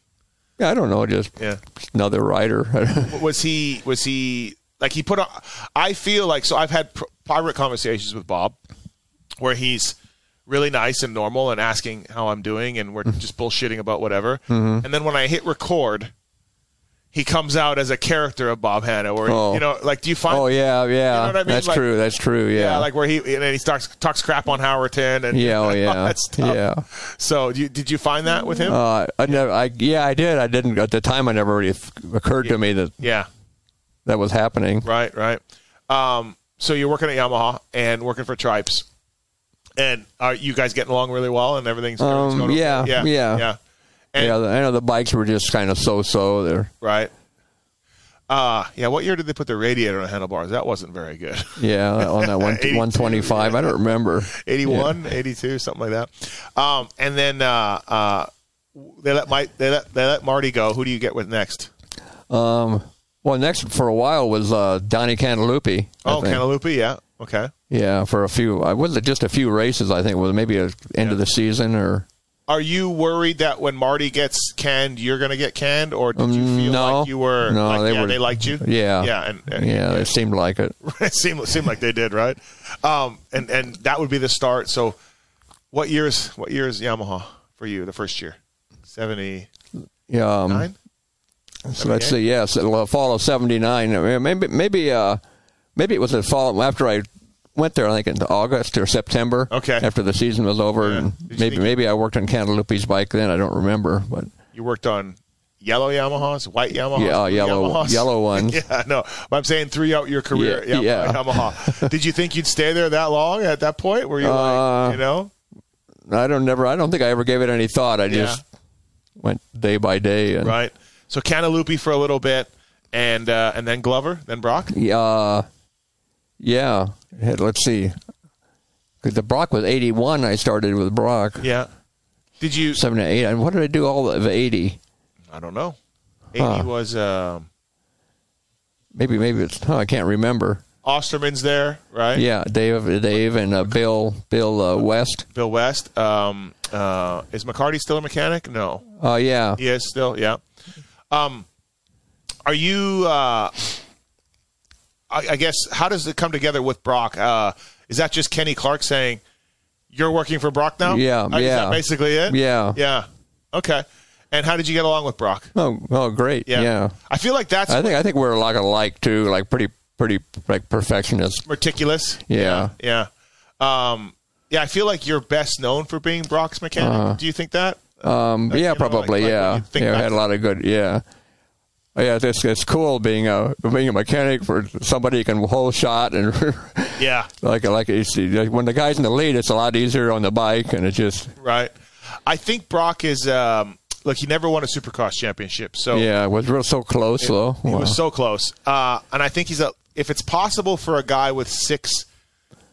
Speaker 5: I don't know, just
Speaker 4: Yeah.
Speaker 5: another writer.
Speaker 4: was he was he like he put on i feel like so i've had pr- private conversations with bob where he's really nice and normal and
Speaker 5: Mm-hmm.
Speaker 4: asking how i'm doing and we're just bullshitting about whatever and then when i hit record he comes out as a character of Bob Hanna, or
Speaker 5: Oh.
Speaker 4: you know, like, do you find?
Speaker 5: Oh yeah, yeah.
Speaker 4: You know what I mean?
Speaker 5: That's
Speaker 4: Like-
Speaker 5: true. That's true. Yeah.
Speaker 4: Yeah, like where he and then he talks talks crap on Howerton and
Speaker 5: yeah, oh,
Speaker 4: all
Speaker 5: yeah,
Speaker 4: that stuff.
Speaker 5: yeah.
Speaker 4: So do you, did you find that with him?
Speaker 5: Uh, I never, I yeah, I did. I didn't at the time. I never really th- occurred to me that
Speaker 4: yeah,
Speaker 5: that was happening.
Speaker 4: right, right. Um, so you're working at Yamaha and working for Tripes, and are you guys getting along really well and everything's, everything's
Speaker 5: Um,
Speaker 4: going okay?
Speaker 5: yeah,
Speaker 4: yeah,
Speaker 5: yeah.
Speaker 4: yeah, and-
Speaker 5: yeah, the, I know the bikes were just kind of so-so. There,
Speaker 4: right. Uh, yeah. What year did they put the radiator on the handlebars? That wasn't very good.
Speaker 5: yeah, on that one
Speaker 4: 82,
Speaker 5: one twenty-five. I don't remember.
Speaker 4: 81, 82, something like that. Um, and then uh, uh, they let Mike, they let they let Marty go. Who do you get with next?
Speaker 5: Um, well, next for a while was uh, Donnie Cantalupe. I
Speaker 4: Oh,
Speaker 5: think.
Speaker 4: Cantalupe, yeah, okay.
Speaker 5: Yeah, for a few. I was it just a few races. I think was maybe a end of the season or
Speaker 4: Are you worried that when Marty gets canned, you're going to get canned, or did you
Speaker 5: Um,
Speaker 4: feel
Speaker 5: no.
Speaker 4: like you were?
Speaker 5: No,
Speaker 4: like,
Speaker 5: they
Speaker 4: yeah,
Speaker 5: were-
Speaker 4: they liked you.
Speaker 5: yeah,
Speaker 4: yeah, and, and
Speaker 5: yeah. It seemed like it.
Speaker 4: it seemed seemed like they did, right? Um, and and that would be the start. So, what years? What year is Yamaha for you? The first year, seventy
Speaker 5: Yeah, um,
Speaker 4: nine.
Speaker 5: So let's see. Yes, the fall of '79. Maybe, maybe, uh, maybe it was the fall after I went there. I think in August or September.
Speaker 4: Okay.
Speaker 5: After the season was over,
Speaker 4: Yeah. Did you
Speaker 5: and maybe
Speaker 4: think-
Speaker 5: maybe I worked on Cantalupe's bike then. I don't remember, but
Speaker 4: You worked on yellow Yamahas, white Yamahas,
Speaker 5: Yeah, uh,
Speaker 4: blue
Speaker 5: yellow-
Speaker 4: Oh, Yamahas?
Speaker 5: yellow ones.
Speaker 4: yeah, no, but I'm saying throughout your career,
Speaker 5: Yeah,
Speaker 4: Yam-
Speaker 5: yeah.
Speaker 4: Yamaha. Did you think you'd stay there that long at that point? Were you like,
Speaker 5: Uh,
Speaker 4: you know,
Speaker 5: I don't never. I don't think I ever gave it any thought. I just went day by day and
Speaker 4: right? So Cantalupe for a little bit, and uh, and then Glover, then Brock.
Speaker 5: Uh, yeah. Had- Let's see. 'Cause The Brock was 81. I started with Brock.
Speaker 4: Yeah. Did you?
Speaker 5: 78. And what did I do all of 80?
Speaker 4: I don't know. Eighty
Speaker 5: Uh.
Speaker 4: was um,
Speaker 5: Maybe, maybe it's, huh, I can't remember.
Speaker 4: Osterman's there, right?
Speaker 5: Yeah, Dave, Dave, and uh, Bill, Bill uh, West.
Speaker 4: Bill West. Um, uh, is McCarty still a mechanic? No.
Speaker 5: Oh yeah,
Speaker 4: He is still, yeah. Um, are you? Uh, I, I guess how does it come together with Brock? Uh, is that just Kenny Clark saying you're working for Brock now?
Speaker 5: Yeah,
Speaker 4: Uh, is that
Speaker 5: yeah.
Speaker 4: basically it.
Speaker 5: Yeah.
Speaker 4: yeah. Okay. And how did you get along with Brock?
Speaker 5: Oh, oh, great. Yeah.
Speaker 4: I feel like that's
Speaker 5: I think I think we're a lot alike too. Like pretty, pretty like perfectionist.
Speaker 4: meticulous.
Speaker 5: Yeah.
Speaker 4: Yeah. Um, yeah, I feel like you're best known for being Brock's mechanic.
Speaker 5: Uh-huh.
Speaker 4: Do you think that?
Speaker 5: Um,
Speaker 4: you know,
Speaker 5: yeah,
Speaker 4: like-
Speaker 5: probably.
Speaker 4: like when
Speaker 5: yeah,
Speaker 4: you think
Speaker 5: yeah.
Speaker 4: back-
Speaker 5: Had a lot of good. Yeah, Oh, yeah. It's it's cool being a being a mechanic for somebody who can whole shot and
Speaker 4: Yeah.
Speaker 5: like like, it's, like when the guy's in the lead, it's a lot easier on the bike, and it's just
Speaker 4: Right. I think Brock is um, look. He never won a Supercross championship, so
Speaker 5: yeah, it was real so close though.
Speaker 4: he
Speaker 5: Wow.
Speaker 4: was so close. Uh, and I think he's a. If it's possible for a guy with six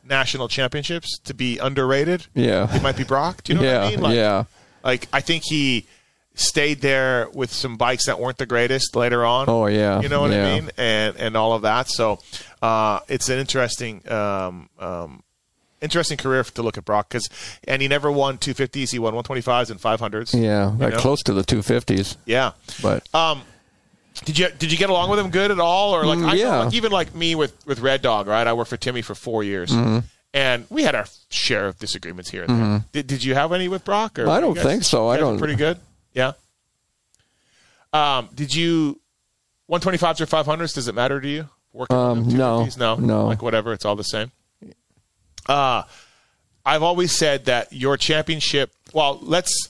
Speaker 4: national championships to be underrated,
Speaker 5: Yeah.
Speaker 4: he might be Brock. Do you know
Speaker 5: yeah,
Speaker 4: what I mean?
Speaker 5: yeah.
Speaker 4: Like I think he stayed there with some bikes that weren't the greatest later on.
Speaker 5: Oh, yeah.
Speaker 4: you know what I
Speaker 5: Yeah.
Speaker 4: mean, and and all of that. So uh, it's an interesting. Um, um, Interesting career to look at Brock because, and he never won 250s. He won 125s and 500s.
Speaker 5: Yeah,
Speaker 4: you
Speaker 5: like
Speaker 4: know?
Speaker 5: close to the 250s.
Speaker 4: Yeah.
Speaker 5: But
Speaker 4: Um, did you did you get along with him good at all, or like
Speaker 5: Mm,
Speaker 4: I know,
Speaker 5: yeah.
Speaker 4: like even like me with with Red Dog, right? I worked for Timmy for four years,
Speaker 5: Mm-hmm.
Speaker 4: and we had our share of disagreements here. And there. Did Did you have any with Brock? Or
Speaker 5: I
Speaker 4: you
Speaker 5: don't
Speaker 4: guys-
Speaker 5: think so.
Speaker 4: you
Speaker 5: I
Speaker 4: guys were
Speaker 5: don't-
Speaker 4: Pretty good. Yeah. Um. Did you one twenty fives or five hundreds? Does it matter to you? Working
Speaker 5: Um,
Speaker 4: with them,
Speaker 5: no.
Speaker 4: 250s? no,
Speaker 5: No.
Speaker 4: Like whatever, it's all the same. Uh I've always said that your championship. Well, let's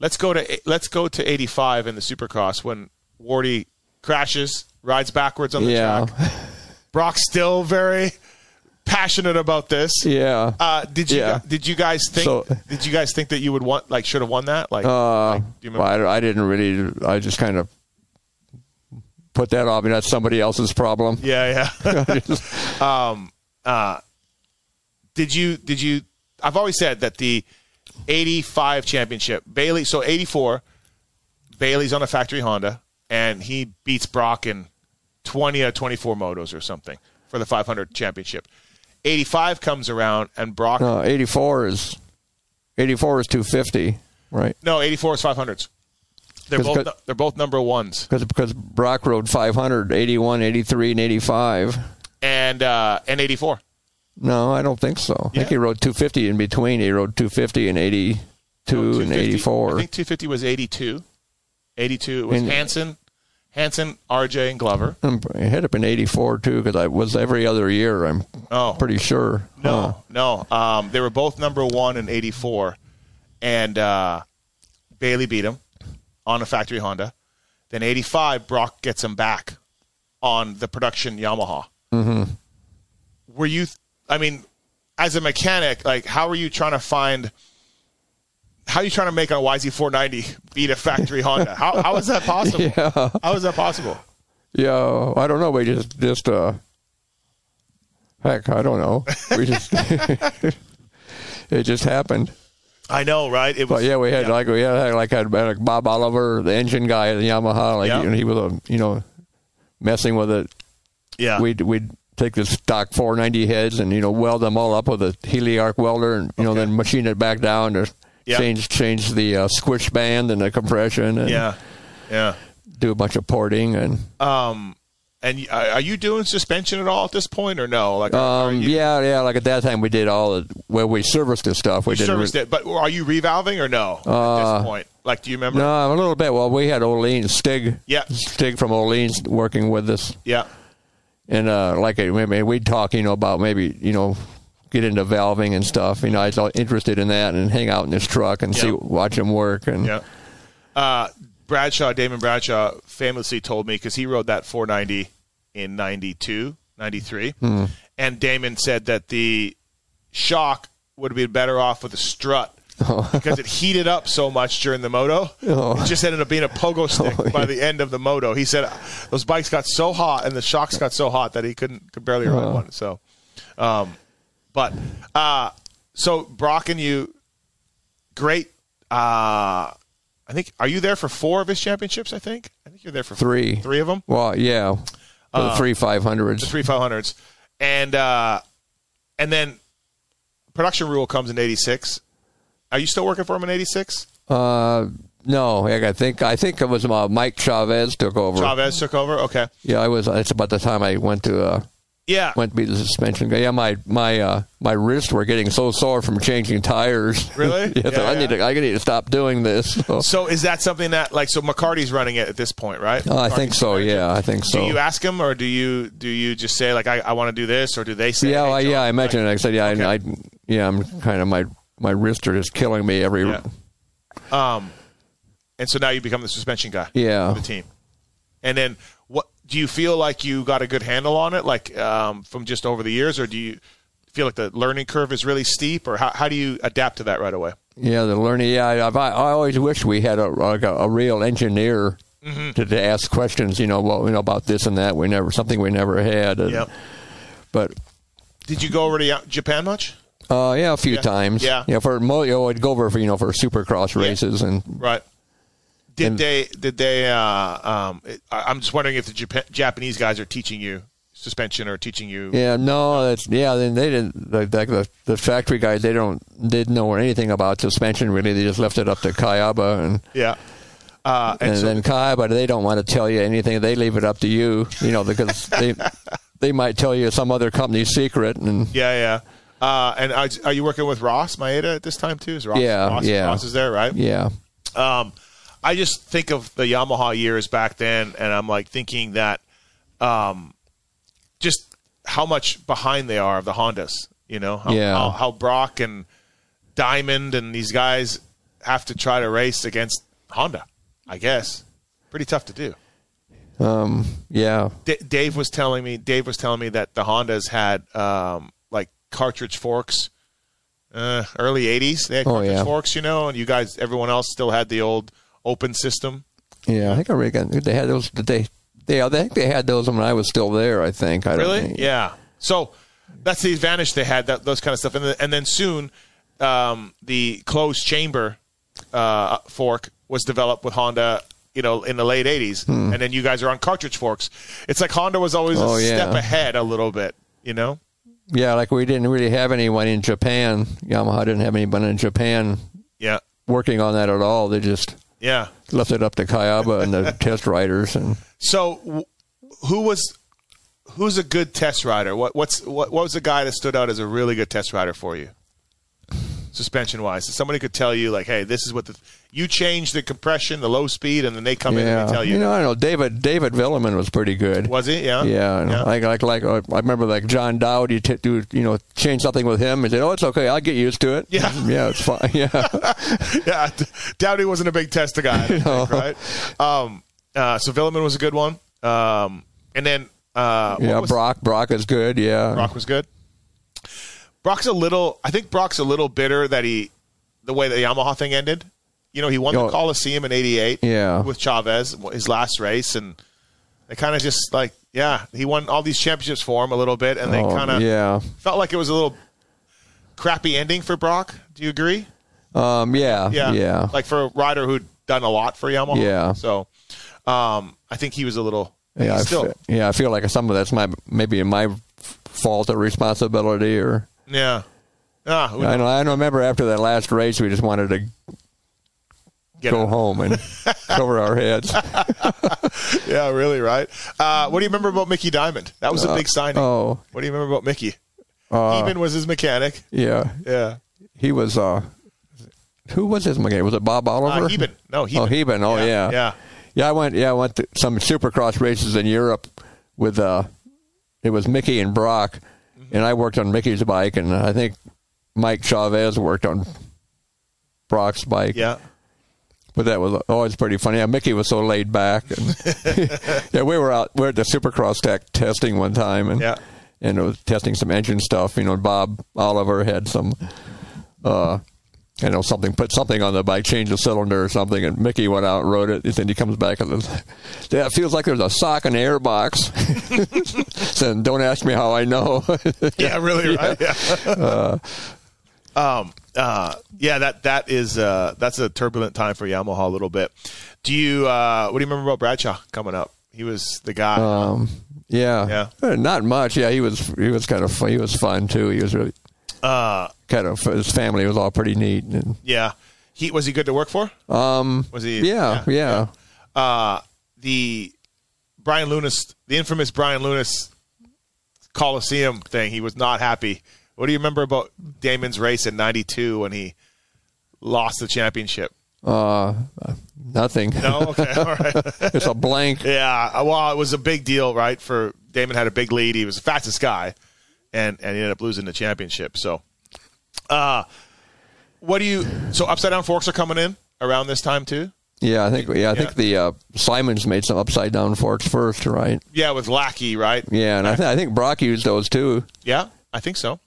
Speaker 4: let's go to let's go to 85 in the Supercross when Wardy crashes, rides backwards on the
Speaker 5: yeah,
Speaker 4: track. Brock's still very passionate about this.
Speaker 5: yeah.
Speaker 4: Uh, did you
Speaker 5: Yeah.
Speaker 4: did you guys think
Speaker 5: So-
Speaker 4: did you guys think that you would want like should have won that like,
Speaker 5: Uh,
Speaker 4: like, do you
Speaker 5: well,
Speaker 4: remember?
Speaker 5: I, I didn't really. I just kind of put that off. I mean, that's somebody else's problem.
Speaker 4: yeah yeah did you did you I've always said that the 85 championship Bailey so 84 Bailey's on a factory Honda and he beats Brock in 20 or 24 motos or something for the 500 championship 85 comes around and Brock
Speaker 5: No, 84 is 84 is 250, right?
Speaker 4: no 84 is 500s they're
Speaker 5: 'Cause-
Speaker 4: both
Speaker 5: 'cause-
Speaker 4: they're both number ones
Speaker 5: Because because Brock rode 500, 81, 83, and 85.
Speaker 4: and uh and 84
Speaker 5: No, I don't think so. I
Speaker 4: Yeah.
Speaker 5: think he rode 250 in between. He rode 250 and 82 and
Speaker 4: 250
Speaker 5: 84.
Speaker 4: I think 250 was 82 82 it was
Speaker 5: And-
Speaker 4: Hansen Hanson, RJ, and Glover.
Speaker 5: I'm, it had up in '84 too, because I was every other year. I'm
Speaker 4: Oh.
Speaker 5: pretty sure. Huh.
Speaker 4: No, no. Um, they were both number one in '84, and uh, Bailey beat him on a factory Honda. Then '85, Brock gets him back on the production Yamaha. Mm-hmm. Were you? th- I mean, as a mechanic, like, how are you trying to find? How are you trying to make a YZ490 beat a factory Honda? How, how is that possible? How is that possible?
Speaker 5: Yeah, I don't know. We just just uh, heck, I don't know. We just it just happened.
Speaker 4: I know, right? It was
Speaker 5: But yeah, we had
Speaker 4: yeah.
Speaker 5: like we had like had like Bob Oliver, the engine guy at Yamaha. Like
Speaker 4: Yeah.
Speaker 5: you know, he was a you know messing with it.
Speaker 4: yeah.
Speaker 5: We'd we'd take the stock 490 heads and you know weld them all up with a Healy arc welder, and you know
Speaker 4: Okay.
Speaker 5: then machine it back down to
Speaker 4: Yeah.
Speaker 5: change change the uh, squish band and the compression, and
Speaker 4: yeah, Uh, yeah.
Speaker 5: do a bunch of porting and
Speaker 4: And y- are are you doing suspension at all at this point, or no? Like, are
Speaker 5: um
Speaker 4: you,
Speaker 5: yeah yeah like at that time we did all the well we serviced the stuff we
Speaker 4: you
Speaker 5: didn't.
Speaker 4: serviced
Speaker 5: re- Uh,
Speaker 4: it, but are you revalving or no at this point? Like, do you remember?
Speaker 5: no, a little bit. Well, we had Olean Stig,
Speaker 4: Yeah.
Speaker 5: Stig from Olean's working with us
Speaker 4: Yeah,
Speaker 5: and uh, like I mean, we'd talk, you know, about maybe you know get into valving and stuff. You know, I was all interested in that and hang out in this truck and see
Speaker 4: Yeah.
Speaker 5: watch him work and
Speaker 4: yeah. Uh, Bradshaw, Damon Bradshaw, famously told me because he rode that 490 in 92, 93. and Damon said that the shock would have been better off with a strut. because it heated up so much during the moto, it just ended up being a pogo stick by the end of the moto. He said uh, those bikes got so hot and the shocks got so hot that he couldn't could barely ride one. So, um, but uh, so Brock and you, great. Uh, I think are you there for four of his championships? I think I think you're there for
Speaker 5: three
Speaker 4: three of them
Speaker 5: Well, yeah, For the three five
Speaker 4: the
Speaker 5: hundreds.
Speaker 4: three five hundreds, and uh, and then production rule comes in eighty six. Are you still working for him in eighty six?
Speaker 5: Uh, no, heck, I think I think it was uh, Mike Chavez took over.
Speaker 4: Chavez took over. Okay,
Speaker 5: Yeah, I was. It's about the time I went to uh,
Speaker 4: yeah,
Speaker 5: went to be the suspension guy. Yeah, my my uh, my wrists were getting so sore from changing tires.
Speaker 4: Really?
Speaker 5: yeah, so
Speaker 4: Yeah,
Speaker 5: I
Speaker 4: yeah.
Speaker 5: need to I need to stop doing this. So,
Speaker 4: So is that something that like so McCarty's running it at this point, right?
Speaker 5: Uh, I think so. Yeah, I think so.
Speaker 4: Do you ask him, or do you do you just say like I, I want to do this, or do they say?
Speaker 5: Yeah,
Speaker 4: hey,
Speaker 5: well,
Speaker 4: Joe,
Speaker 5: yeah, I mentioned it. I said, yeah, I, I,
Speaker 4: Okay.
Speaker 5: yeah, I'm kind of my my wrists are just killing me every.
Speaker 4: Yeah. Um, and so now you become the suspension guy.
Speaker 5: Yeah.
Speaker 4: for the team. And then what do you feel like you got a good handle on it, like um, from just over the years, or do you feel like the learning curve is really steep, or how, how do you adapt to that right away?
Speaker 5: Yeah, the learning. Yeah, I, I've- I always wish we had a like a, a real engineer
Speaker 4: Mm-hmm.
Speaker 5: to, to ask questions. You know, well, you know about this and that. We never something we never had. And-
Speaker 4: Yep.
Speaker 5: But
Speaker 4: Did you go over to Ya- Japan much?
Speaker 5: uh, yeah, a few times.
Speaker 4: yeah.
Speaker 5: Yeah, for mo, you know, I'd go over for you know for supercross races and
Speaker 4: Right. Did
Speaker 5: And-
Speaker 4: they? Did they? Uh, um, it, I- I'm just wondering if the Japan, Japanese guys are teaching you suspension or teaching you.
Speaker 5: yeah, no, that's yeah. Then they didn't like like the the factory guys. They don't didn't know anything about suspension really. They just left it up to Kayaba and.
Speaker 4: Yeah. Uh, and,
Speaker 5: and,
Speaker 4: so,
Speaker 5: then Kai, but they don't want to tell you anything. They leave it up to you, you know, because they they might tell you some other company's secret, and
Speaker 4: yeah, yeah. Uh, and are, are you working with Ross Maeda at this time too? Is Ross,
Speaker 5: Yeah,
Speaker 4: Ross,
Speaker 5: yeah.
Speaker 4: Ross is there, right?
Speaker 5: yeah,
Speaker 4: Um, I just think of the Yamaha years back then, and I'm like thinking that, um, just how much behind they are of the Hondas. You know, how,
Speaker 5: Yeah.
Speaker 4: how, how Brock and Diamond and these guys have to try to race against Honda. I guess pretty tough to do.
Speaker 5: um, yeah,
Speaker 4: D- Dave was telling me. Dave was telling me that the Hondas had um, like cartridge forks. Uh, early '80s, they had
Speaker 5: Oh,
Speaker 4: cartridge
Speaker 5: yeah.
Speaker 4: forks, you know, and you guys, everyone else, still had the old open system.
Speaker 5: yeah. I think I really got, they had those. Did they? Yeah, I think they had those when I was still there. I think. I
Speaker 4: Really?
Speaker 5: Don't,
Speaker 4: Yeah. So that's the advantage they had that those kind of stuff, and then, and then soon um, the closed chamber uh, fork was developed with Honda. You know, in the late '80s, and then you guys are on cartridge forks. It's like Honda was always
Speaker 5: Hmm. Oh,
Speaker 4: a
Speaker 5: yeah.
Speaker 4: step ahead a little bit. You know?
Speaker 5: yeah. Like we didn't really have anyone in Japan. Yamaha didn't have anyone in Japan
Speaker 4: Yeah.
Speaker 5: working on that at all. They just
Speaker 4: Yeah.
Speaker 5: left it up to Kayaba and the test riders, and
Speaker 4: So w- who was who's a good test rider? What what's what, what was the guy that stood out as a really good test rider for you? suspension wise. So somebody could tell you like, hey, this is what the you change the compression, the low speed, and then they come in
Speaker 5: yeah.
Speaker 4: and they tell you.
Speaker 5: you know, I don't know. David David Villeman was pretty good.
Speaker 4: was it? Yeah.
Speaker 5: Yeah, and like like like uh, I remember like John Dowd. You t- do you know change something with him and said, "Oh, it's okay. I'll get used to it."
Speaker 4: Yeah.
Speaker 5: yeah, it's fine. Yeah,
Speaker 4: yeah, D- Dowdy wasn't a big tester guy, I don't think, right? Um, uh, so Villeman was a good one, um, and then uh, what
Speaker 5: yeah.
Speaker 4: was-
Speaker 5: Brock Brock is good. Yeah,
Speaker 4: Brock was good. Brock's a little. I think Brock's a little bitter that he, the way the Yamaha thing ended. You know, he won
Speaker 5: Yo.
Speaker 4: the Coliseum in '88
Speaker 5: Yeah.
Speaker 4: with Chavez, his last race, and they kind of just like, yeah, he won all these championships for him a little bit, and they
Speaker 5: Oh,
Speaker 4: kind of
Speaker 5: yeah.
Speaker 4: felt like it was a little crappy ending for Brock. Do you agree?
Speaker 5: Um, yeah,
Speaker 4: Yeah.
Speaker 5: yeah, yeah.
Speaker 4: Like for a rider who'd done a lot for Yamaha.
Speaker 5: Yeah.
Speaker 4: So um, I think he was a little. Yeah.
Speaker 5: I
Speaker 4: still.
Speaker 5: fe- yeah, I feel like some of that's my maybe my f- fault or responsibility or
Speaker 4: yeah. Ah, who
Speaker 5: I
Speaker 4: knows?
Speaker 5: know I remember after that last race we just wanted to
Speaker 4: Get
Speaker 5: go
Speaker 4: out.
Speaker 5: home and cover our heads.
Speaker 4: Yeah, really, right? Uh, what do you remember about Mickey Diamond? That was a big signing.
Speaker 5: oh.
Speaker 4: What do you remember about Mickey?
Speaker 5: Uh,
Speaker 4: Eamon was his mechanic.
Speaker 5: Yeah,
Speaker 4: Yeah.
Speaker 5: he was. uh Who was his mechanic? Was it Bob Oliver?
Speaker 4: Uh, Eben. No, Eben.
Speaker 5: Oh, Heben. Oh,
Speaker 4: Yeah,
Speaker 5: yeah,
Speaker 4: yeah.
Speaker 5: Yeah, I went. Yeah, I went to some Supercross races in Europe with. uh It was Mickey and Brock, and I worked on Mickey's bike, and I think Mike Chavez worked on Brock's bike.
Speaker 4: Yeah.
Speaker 5: But that was always pretty funny. Yeah, Mickey was so laid back. And yeah, we were out. We were at the Supercross tech testing one time, and
Speaker 4: Yeah.
Speaker 5: and it was testing some engine stuff. You know, Bob Oliver had some, uh, you know, something put something on the bike, changed the cylinder or something, and Mickey went out and rode it. And then he comes back and says, "Yeah, it feels like there's a sock in the air box." Said, "Don't ask me how I know."
Speaker 4: Yeah, really, right? Yeah. um, uh, yeah, that, that is, uh, that's a turbulent time for Yamaha a little bit. Do you, uh, what do you remember about Bradshaw coming up? He was the guy.
Speaker 5: um, yeah,
Speaker 4: Yeah.
Speaker 5: Uh, not much. Yeah, he was he was kind of fun. he was fun too. He was really.
Speaker 4: Uh,
Speaker 5: kind of his family was all pretty neat and
Speaker 4: yeah. He was he good to work for?
Speaker 5: um
Speaker 4: Was he?
Speaker 5: yeah yeah,
Speaker 4: Uh, the Brian Lunas, the infamous Brian Lunas Coliseum thing. He was not happy. What do you remember about Damon's race in '92 when he lost the championship?
Speaker 5: uh nothing
Speaker 4: No, Oh, okay, all right.
Speaker 5: it's a blank
Speaker 4: Yeah, uh, well, it was a big deal, right? For Damon had a big lead. He was the fastest guy, and and he ended up losing the championship. So, uh what do you? So upside down forks are coming in around this time too.
Speaker 5: yeah i think yeah i
Speaker 4: Yeah.
Speaker 5: think the uh simons made some upside down forks first right
Speaker 4: Yeah, with Lackey, right?
Speaker 5: yeah and I, th- I think brock used those too
Speaker 4: Yeah, I think so.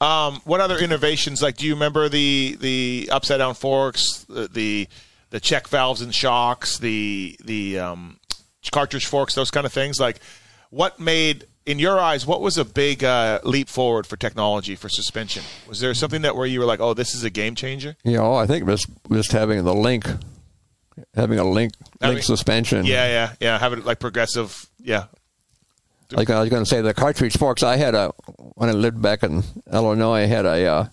Speaker 4: Um, what other innovations? Like, do you remember the the upside down forks, the the, the check valves and shocks, the the um, cartridge forks, those kind of things? Like, what made in your eyes what was a big uh, leap forward for technology for suspension? Was there something that where you were like, oh, this is a game changer?
Speaker 5: you know i think just just having the link having a link
Speaker 4: I
Speaker 5: link
Speaker 4: mean-
Speaker 5: suspension
Speaker 4: Yeah, yeah, yeah. Have it like progressive. Yeah,
Speaker 5: like I was going to say, the cartridge forks. I had a when I lived back in Illinois. I had a uh,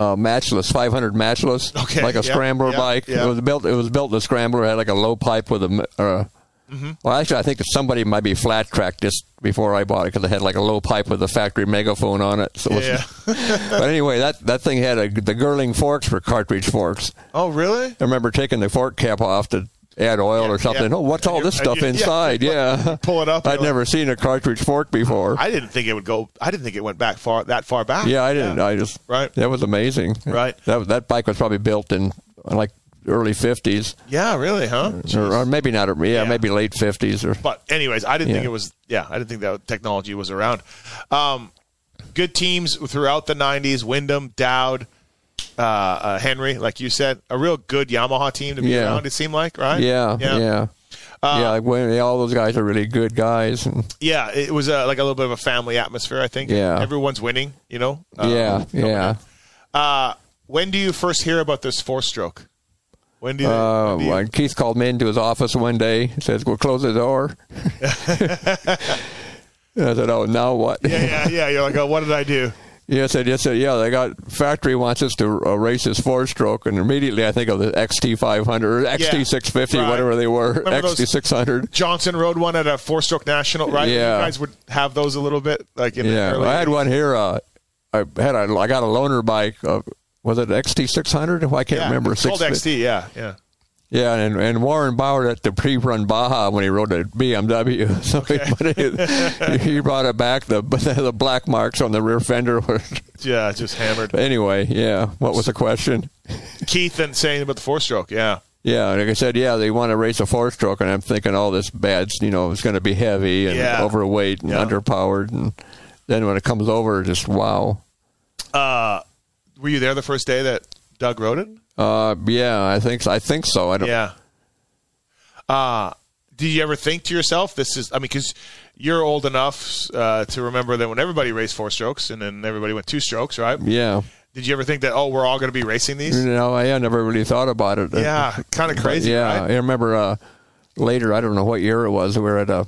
Speaker 5: a matchless 500 matchless,
Speaker 4: Okay,
Speaker 5: like a
Speaker 4: yeah,
Speaker 5: scrambler
Speaker 4: yeah,
Speaker 5: bike.
Speaker 4: yeah.
Speaker 5: It was built. It was built in a scrambler. It had like a low pipe with a. m- Uh,
Speaker 4: Mm-hmm.
Speaker 5: Well, actually, I think that somebody might be flat tracked just before I bought it because it had like a low pipe with a factory megaphone on it. So it
Speaker 4: Yeah.
Speaker 5: but anyway, that that thing had a, the Girling forks were cartridge forks.
Speaker 4: Oh, really?
Speaker 5: I remember taking the fork cap off to add oil
Speaker 4: Yeah,
Speaker 5: or something.
Speaker 4: yeah.
Speaker 5: Oh, what's all
Speaker 4: And
Speaker 5: this
Speaker 4: you-
Speaker 5: stuff
Speaker 4: and you- yeah,
Speaker 5: inside? Yeah,
Speaker 4: pull it up and
Speaker 5: I'd
Speaker 4: you're
Speaker 5: never seen a cartridge fork before.
Speaker 4: I didn't think it would go. I didn't think it went back far that far back.
Speaker 5: yeah, I didn't. I just
Speaker 4: Right.
Speaker 5: That was amazing.
Speaker 4: Right.
Speaker 5: That that bike was probably built in like early fifties,
Speaker 4: Yeah, really, huh?
Speaker 5: or, or maybe not. Yeah,
Speaker 4: Yeah.
Speaker 5: maybe late fifties or.
Speaker 4: But anyways, I didn't think
Speaker 5: Yeah.
Speaker 4: it was. Yeah, I didn't think that technology was around. Um, good teams throughout the '90s: Wyndham, Dowd, uh, uh, Henry, like you said, a real good Yamaha team to be
Speaker 5: Yeah.
Speaker 4: around. It seemed like, right?
Speaker 5: Yeah, yeah, yeah.
Speaker 4: Uh,
Speaker 5: like, when- yeah, all those guys are really good guys. And,
Speaker 4: yeah, It was uh, like a little bit of a family atmosphere. I think.
Speaker 5: Yeah.
Speaker 4: everyone's winning. You know.
Speaker 5: yeah, yeah.
Speaker 4: Uh, when do you first hear about this four-stroke? When do you?
Speaker 5: Uh,
Speaker 4: when do you-
Speaker 5: when Keith called me into his office one day. He says, "We'll close the door." And I said, "Oh, now what?"
Speaker 4: yeah, yeah, yeah. You're like, oh, what did I do?
Speaker 5: Yes, I yes, I- yeah. They got factory wants us to uh, race this four stroke, and immediately I think of the XT 500 or XT 650,
Speaker 4: right.
Speaker 5: whatever they were,
Speaker 4: Remember those-
Speaker 5: XT 600.
Speaker 4: Johnson rode one at a four-stroke national, right?
Speaker 5: Yeah.
Speaker 4: You guys would have those a little bit, like in The
Speaker 5: Yeah,
Speaker 4: early
Speaker 5: I had
Speaker 4: 80s.
Speaker 5: one here. Uh, I had a, I got a loaner bike. Uh, was it XT 600? Oh, I can't
Speaker 4: yeah.
Speaker 5: remember.
Speaker 4: It's called
Speaker 5: Six-
Speaker 4: XT. Yeah, yeah.
Speaker 5: Yeah, and, and Warren Bauer at the pre-run Baja when he rode a BMW, so he, he brought it back. The the black marks on the rear fender were.
Speaker 4: Yeah, just hammered.
Speaker 5: But anyway, yeah. What was the question?
Speaker 4: Keith and saying about the four stroke. Yeah.
Speaker 5: Yeah, like I said, yeah, they want to race a four-stroke, and I'm thinking all this bad, you know, it's going to be heavy and
Speaker 4: Yeah.
Speaker 5: overweight and
Speaker 4: Yeah.
Speaker 5: underpowered, and then when it comes over, just wow.
Speaker 4: Were you there the first day that Doug rode it?
Speaker 5: Uh, yeah, I think so. I think so. I don't.
Speaker 4: Yeah. Uh, did you ever think to yourself, this is, I mean, because you're old enough uh, to remember that when everybody raced four strokes and then everybody went two strokes, right?
Speaker 5: Yeah.
Speaker 4: Did you ever think that, oh, we're all going to be racing
Speaker 5: You
Speaker 4: these?
Speaker 5: know, I, I never really thought about it.
Speaker 4: Yeah, kind of crazy,
Speaker 5: yeah,
Speaker 4: right?
Speaker 5: I remember uh, later. I don't know what year it was. We were at a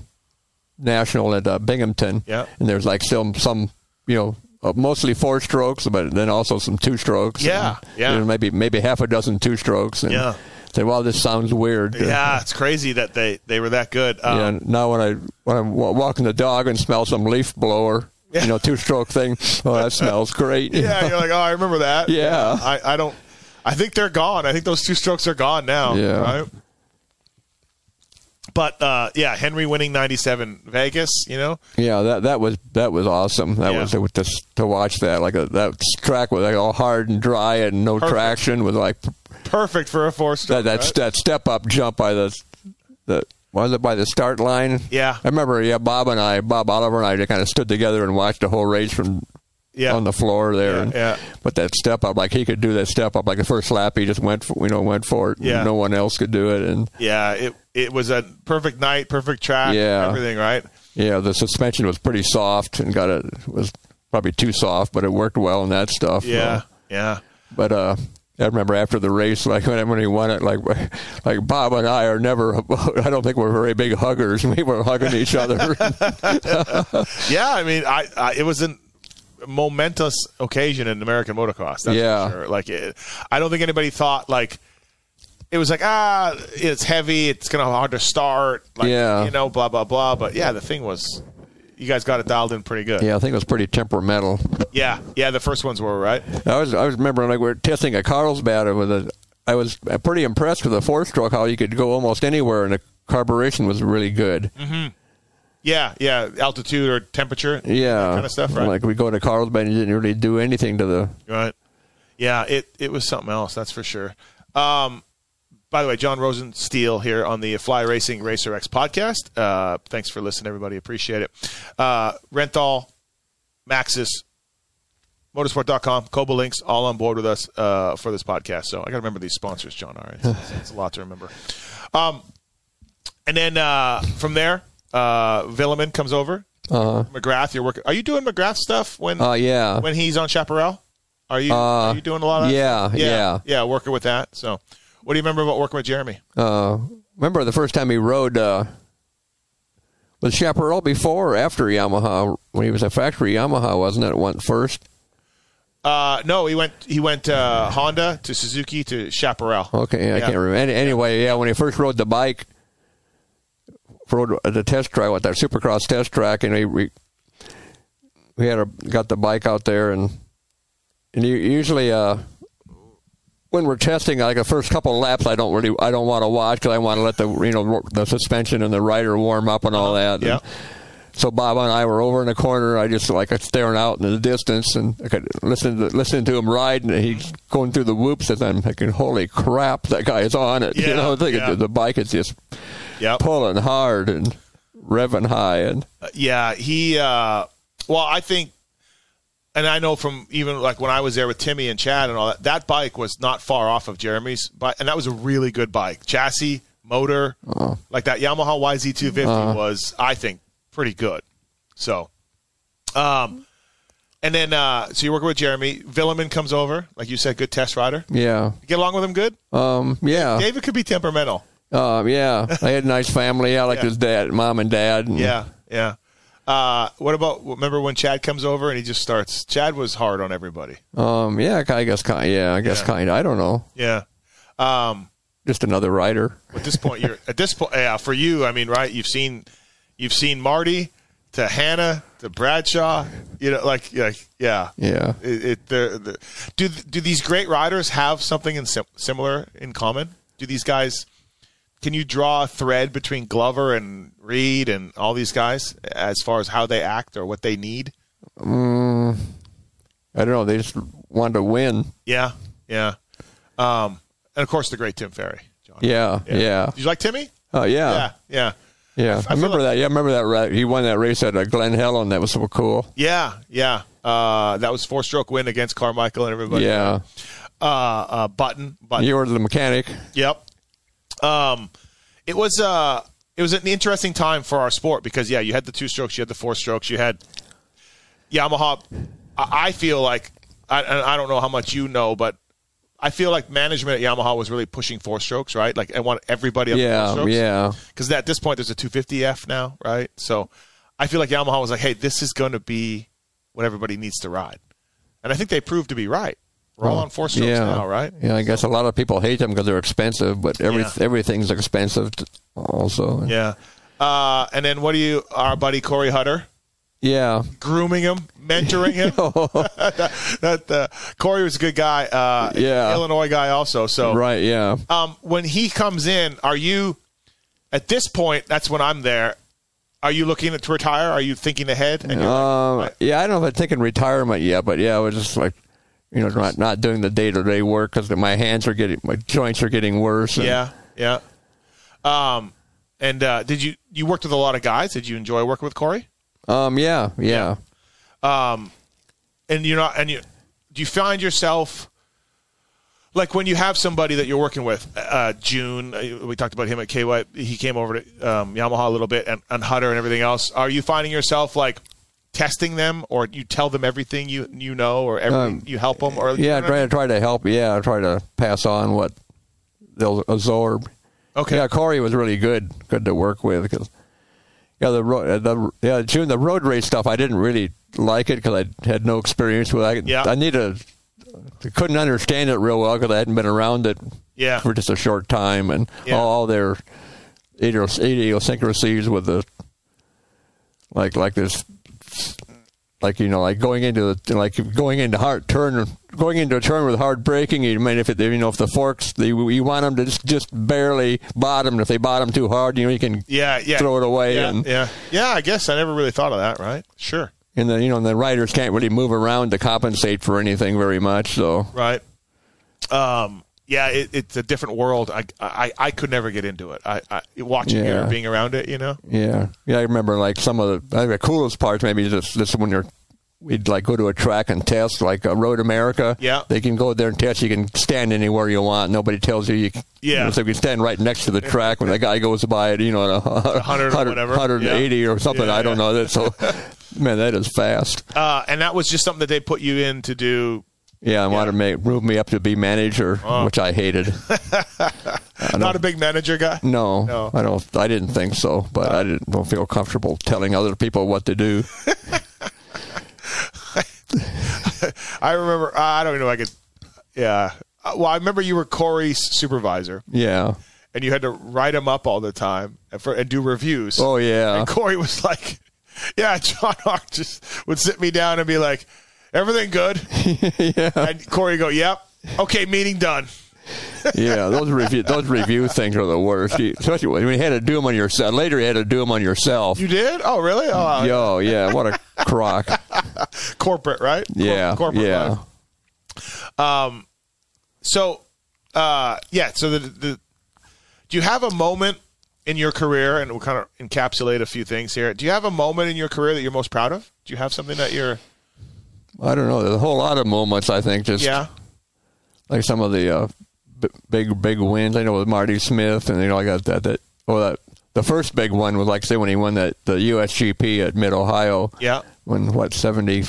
Speaker 5: national at uh, Binghamton.
Speaker 4: Yeah.
Speaker 5: and there's like still some, you know, uh, mostly four strokes, but then also some two strokes.
Speaker 4: Yeah,
Speaker 5: and,
Speaker 4: yeah.
Speaker 5: you know, maybe maybe half a dozen two strokes. And
Speaker 4: Yeah.
Speaker 5: Say, wow, this sounds weird.
Speaker 4: Yeah, it's crazy that they, they were that good.
Speaker 5: Yeah,
Speaker 4: Uh,
Speaker 5: and now when I when I'm wa- walking the dog and smell some leaf blower, you know, two stroke thing. Oh, that smells great.
Speaker 4: yeah. you're like, oh, I remember that.
Speaker 5: Yeah.
Speaker 4: I, I don't, I think they're gone. I think those two strokes are gone now.
Speaker 5: Yeah.
Speaker 4: Right? But uh, yeah, Henry winning 97 Vegas, you know?
Speaker 5: Yeah, that that was that was awesome. That
Speaker 4: Yeah.
Speaker 5: was was to to watch that. Like uh that track was like all hard and dry and no
Speaker 4: Perfect.
Speaker 5: traction. Was like
Speaker 4: Perfect for a four stroke.
Speaker 5: that that, that step up jump by the the was it by the start line?
Speaker 4: Yeah.
Speaker 5: I remember. Yeah, Bob and I, Bob Oliver and I, just kind of stood together and watched the whole race from
Speaker 4: Yeah.
Speaker 5: on the floor there.
Speaker 4: Yeah,
Speaker 5: and,
Speaker 4: yeah.
Speaker 5: But that step up, like he could do that step up, like the first lap, he just went for, you know went for it. and
Speaker 4: Yeah.
Speaker 5: no one else could do it, and
Speaker 4: Yeah, it it was a perfect night, perfect track,
Speaker 5: Yeah.
Speaker 4: everything, right?
Speaker 5: Yeah, the suspension was pretty soft and got a was probably too soft, but it worked well and that stuff.
Speaker 4: Yeah,
Speaker 5: Uh,
Speaker 4: yeah.
Speaker 5: but uh, I remember after the race, like when when he won it, like like Bob and I are never. I don't think we're very big huggers. We were hugging each other.
Speaker 4: Yeah, I mean, I, I it was a momentous occasion in American motocross. That's for
Speaker 5: Yeah.
Speaker 4: sure. Like, it, I don't think anybody thought like it was like ah, it's heavy, it's gonna be hard to start, like
Speaker 5: Yeah.
Speaker 4: you know, blah blah blah. But yeah, the thing was, you guys got it dialed in pretty good.
Speaker 5: yeah, I think it was pretty temperamental.
Speaker 4: yeah, yeah. The first ones were right.
Speaker 5: I was I was remembering like we were testing a Carlsbad with a. I was pretty impressed with the four stroke how you could go almost anywhere and the carburation was really good.
Speaker 4: Yeah, yeah. Altitude or temperature,
Speaker 5: Yeah,
Speaker 4: kind of stuff, right?
Speaker 5: Like we go to Carlsbad and you didn't really do anything to the
Speaker 4: Right. Yeah, it, it was something else, that's for sure. Um, by the way, John Rosensteel here on the Fly Racing Racer X podcast. Uh, thanks for listening, everybody. Appreciate it. Uh, Renthal, Maxis, motorsport.com, Coba Links, all on board with us uh, for this podcast. So I got to remember these sponsors, John. All right. It's, it's a lot to remember. Um, and then uh, from there, uh, Villeman comes over. McGrath, you're working. Are you doing McGrath stuff when?
Speaker 5: Oh yeah.
Speaker 4: when he's on Chaparral? Are you are you doing a lot of
Speaker 5: Uh, yeah,
Speaker 4: yeah,
Speaker 5: yeah.
Speaker 4: yeah, working with that? So, what do you remember about working with Jeremy?
Speaker 5: uh, remember the first time he rode uh, with Chaparral before or after Yamaha when he was at factory Yamaha, wasn't it? Went first.
Speaker 4: Uh, no, he went he went uh, Honda to Suzuki to Chaparral.
Speaker 5: Okay, I
Speaker 4: Yeah.
Speaker 5: can't remember. Any, anyway, yeah, when he first rode the bike, rode at the test track with that Supercross test track, and he, we we had a, got the bike out there, and and you, usually uh, when we're testing, like the first couple laps, I don't really I don't want to watch because I want to let the you know ro- the suspension and the rider warm up and all that.
Speaker 4: Uh-huh. yeah.
Speaker 5: And so Bob and I were over in the corner. I just like staring out in the distance and I could listen to listen to him ride, and he's going through the whoops, and I'm thinking, "Holy crap, that guy is on it!"
Speaker 4: Yeah,
Speaker 5: you know, thinking
Speaker 4: yeah.
Speaker 5: the bike is just
Speaker 4: Yep.
Speaker 5: pulling hard and revving high, and
Speaker 4: yeah, he. Uh, well, I think, and I know from even like when I was there with Timmy and Chad and all that, that bike was not far off of Jeremy's bike, and that was a really good bike, chassis, motor, like that Yamaha YZ250 was, I think, pretty good. So, um, and then uh, so you're working with Jeremy. Villeman comes over, like you said, good test rider.
Speaker 5: yeah,
Speaker 4: You get along with him good.
Speaker 5: um, yeah,
Speaker 4: David could be temperamental.
Speaker 5: um, yeah. I had a nice family. I liked
Speaker 4: Yeah.
Speaker 5: his dad, mom, and dad. And,
Speaker 4: Yeah, yeah. Uh, what about remember when Chad comes over and he just starts? Chad was hard on everybody.
Speaker 5: um, yeah. I guess kind. Yeah, I guess
Speaker 4: Yeah.
Speaker 5: kind. I don't know.
Speaker 4: Yeah. Um,
Speaker 5: Just another rider.
Speaker 4: at this point, you're at this point. Yeah, for you, I mean, right? You've seen, you've seen Marty. to Hannah to Bradshaw. You know, like like yeah,
Speaker 5: Yeah.
Speaker 4: It, it they're, they're- do do these great riders have something in sim- similar in common? Do these guys? Can you draw a thread between Glover and Reed and all these guys as far as how they act or what they need?
Speaker 5: I don't know. They just want to win.
Speaker 4: Yeah, yeah. Um, and of course, the great Tim Ferry. John.
Speaker 5: Yeah, yeah.
Speaker 4: Did you like Timmy?
Speaker 5: Oh, yeah,
Speaker 4: Yeah, yeah,
Speaker 5: yeah. I,
Speaker 4: feel
Speaker 5: remember
Speaker 4: like-
Speaker 5: that. Yeah, I remember that. ra- He won that race at uh, Glen Helen. That was so cool.
Speaker 4: yeah, yeah. Uh, that was four stroke win against Carmichael and everybody.
Speaker 5: yeah,
Speaker 4: Uh, uh, Button, Button.
Speaker 5: you were the mechanic.
Speaker 4: Yep. Um, it was uh, it was an interesting time for our sport because yeah, you had the two strokes, you had the four strokes, you had Yamaha. I, I feel like I, and I don't know how much you know, but I feel like management at Yamaha was really pushing four strokes, right? Like I want everybody up to four
Speaker 5: Yeah,
Speaker 4: strokes.
Speaker 5: yeah.
Speaker 4: Because at this point, there's a 250F now, right? So I feel like Yamaha was like, hey, this is going to be what everybody needs to ride, and I think they proved to be right. We're all on four strokes
Speaker 5: yeah,
Speaker 4: now, right?
Speaker 5: Yeah, I guess a lot of people hate them because they're expensive, but every
Speaker 4: Yeah.
Speaker 5: everything's expensive t- also.
Speaker 4: Yeah. Uh, and then what do you, our buddy Corey Hutter,
Speaker 5: yeah.
Speaker 4: grooming him, mentoring him? that, uh, Corey was a good guy. Uh,
Speaker 5: Yeah.
Speaker 4: Illinois guy also. So
Speaker 5: Right. Yeah.
Speaker 4: um, when he comes in, are you, at this point, that's when I'm there. Are you looking to retire? Are you thinking ahead? And you're like,
Speaker 5: Um, yeah, I don't know if I've taken retirement yet, but yeah, I was just like, you know, not not doing the day to day work because my hands are getting, my joints are getting worse. and-
Speaker 4: yeah, yeah. Um, and uh, did you, you worked with a lot of guys. Did you enjoy working with Corey?
Speaker 5: Um. Yeah. Yeah.
Speaker 4: and you're not and you do you find yourself like when you have somebody that you're working with uh june uh, we talked about him at ky he came over to um, yamaha a little bit and, and hutter and everything else are you finding yourself like testing them or you tell them everything you you know or everything you help them or
Speaker 5: Um, Yeah. Try to try to help. Yeah. Try to pass on what they'll absorb.
Speaker 4: Okay.
Speaker 5: Yeah. Corey was really good. Good to work with. 'cause- yeah. The road. The yeah. June the road race stuff. I didn't really like it because I had no experience with. it. I,
Speaker 4: Yeah.
Speaker 5: I need a. Couldn't understand it real well because I hadn't been around it.
Speaker 4: Yeah.
Speaker 5: For just a short time and
Speaker 4: Yeah.
Speaker 5: all their idios- idiosyncrasies with the like like this like you know like going into the like going into hard turn going into a turn with hard braking you mean if it you know if the forks the, you want them to just, just barely bottom and if they bottom too hard you know you can
Speaker 4: yeah yeah
Speaker 5: throw it away
Speaker 4: yeah,
Speaker 5: and
Speaker 4: yeah yeah i guess i never really thought of that right sure
Speaker 5: and then you know and the riders can't really move around to compensate for anything very much so
Speaker 4: right um yeah it, it's a different world I, I i could never get into it i, I watching it
Speaker 5: Yeah.
Speaker 4: or being around it you know
Speaker 5: Yeah, yeah. I remember like some of the, I think the coolest parts. Maybe just this when you're we'd like go to a track and test like uh, Road America.
Speaker 4: Yeah.
Speaker 5: they can go there and test. You can stand anywhere you want. Nobody tells you. you
Speaker 4: Yeah.
Speaker 5: you know, so you can stand right next to the track when the guy goes by it. You know, at a
Speaker 4: hundred or whatever.
Speaker 5: 180
Speaker 4: Yeah.
Speaker 5: or something.
Speaker 4: Yeah,
Speaker 5: I don't
Speaker 4: yeah.
Speaker 5: know that. So, man, that is fast.
Speaker 4: Uh, and that was just something that they put you in to do.
Speaker 5: Yeah, I wanted to make, move me up to be manager,
Speaker 4: Oh.
Speaker 5: which I hated.
Speaker 4: Not a big manager guy.
Speaker 5: No,
Speaker 4: No.
Speaker 5: I don't. I didn't think so, but I didn't don't feel comfortable telling other people what to do.
Speaker 4: I remember. Uh, I don't even know. if I could. Yeah. Uh, Well, I remember you were Corey's supervisor,
Speaker 5: Yeah.
Speaker 4: and you had to write him up all the time and, for, and do reviews.
Speaker 5: Oh yeah.
Speaker 4: And Corey was like, "Yeah, John Hart just would sit me down and be like, everything good." And Corey would go, "Yep, okay, meeting done."
Speaker 5: yeah, those review those review things are the worst. You, especially when you had to do them on yourself. Later, you had to do them on yourself.
Speaker 4: You did? Oh, really? Oh, wow.
Speaker 5: Yo, yeah, what a crock.
Speaker 4: corporate, right? Cor-
Speaker 5: Yeah,
Speaker 4: corporate
Speaker 5: yeah.
Speaker 4: life. So, uh, yeah. So the, the do you have a moment in your career, and we'll kind of encapsulate a few things here. Do you have a moment in your career that you're most proud of? Do you have something that you're?
Speaker 5: I don't know. There's a whole lot of moments. I think just
Speaker 4: Yeah.
Speaker 5: like some of the uh, b- big big wins. I know with Marty Smith, and you know, I got that that well that the first big one was like say when he won that the USGP at Mid Ohio.
Speaker 4: Yeah.
Speaker 5: When what seventy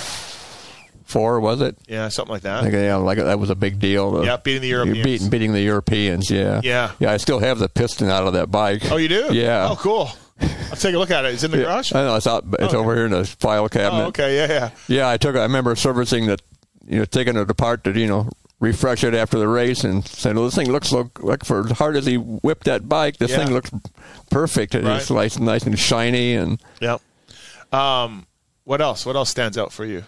Speaker 5: four was it?
Speaker 4: Yeah, something like that.
Speaker 5: Like, yeah, like that was a big deal. The-
Speaker 4: Yeah, beating the
Speaker 5: you
Speaker 4: Europeans.
Speaker 5: Beating, beating the Europeans. Yeah.
Speaker 4: Yeah.
Speaker 5: Yeah. I still have the piston out of that bike.
Speaker 4: oh, you do?
Speaker 5: Yeah.
Speaker 4: Oh, cool. I'll take a look at it. It's in the
Speaker 5: Yeah, Uh,
Speaker 4: garage.
Speaker 5: I know it's out. It's over here in the file cabinet.
Speaker 4: Oh, okay. Yeah, yeah.
Speaker 5: Yeah, I took. I remember servicing that. You know, taking it apart to you know refresh it after the race and said, "Well, this thing looks so like for as hard as he whipped that bike, this
Speaker 4: Yeah.
Speaker 5: thing looks perfect. And It's
Speaker 4: Right.
Speaker 5: nice, nice and shiny and
Speaker 4: Yep. Um, what else? What else stands out for you?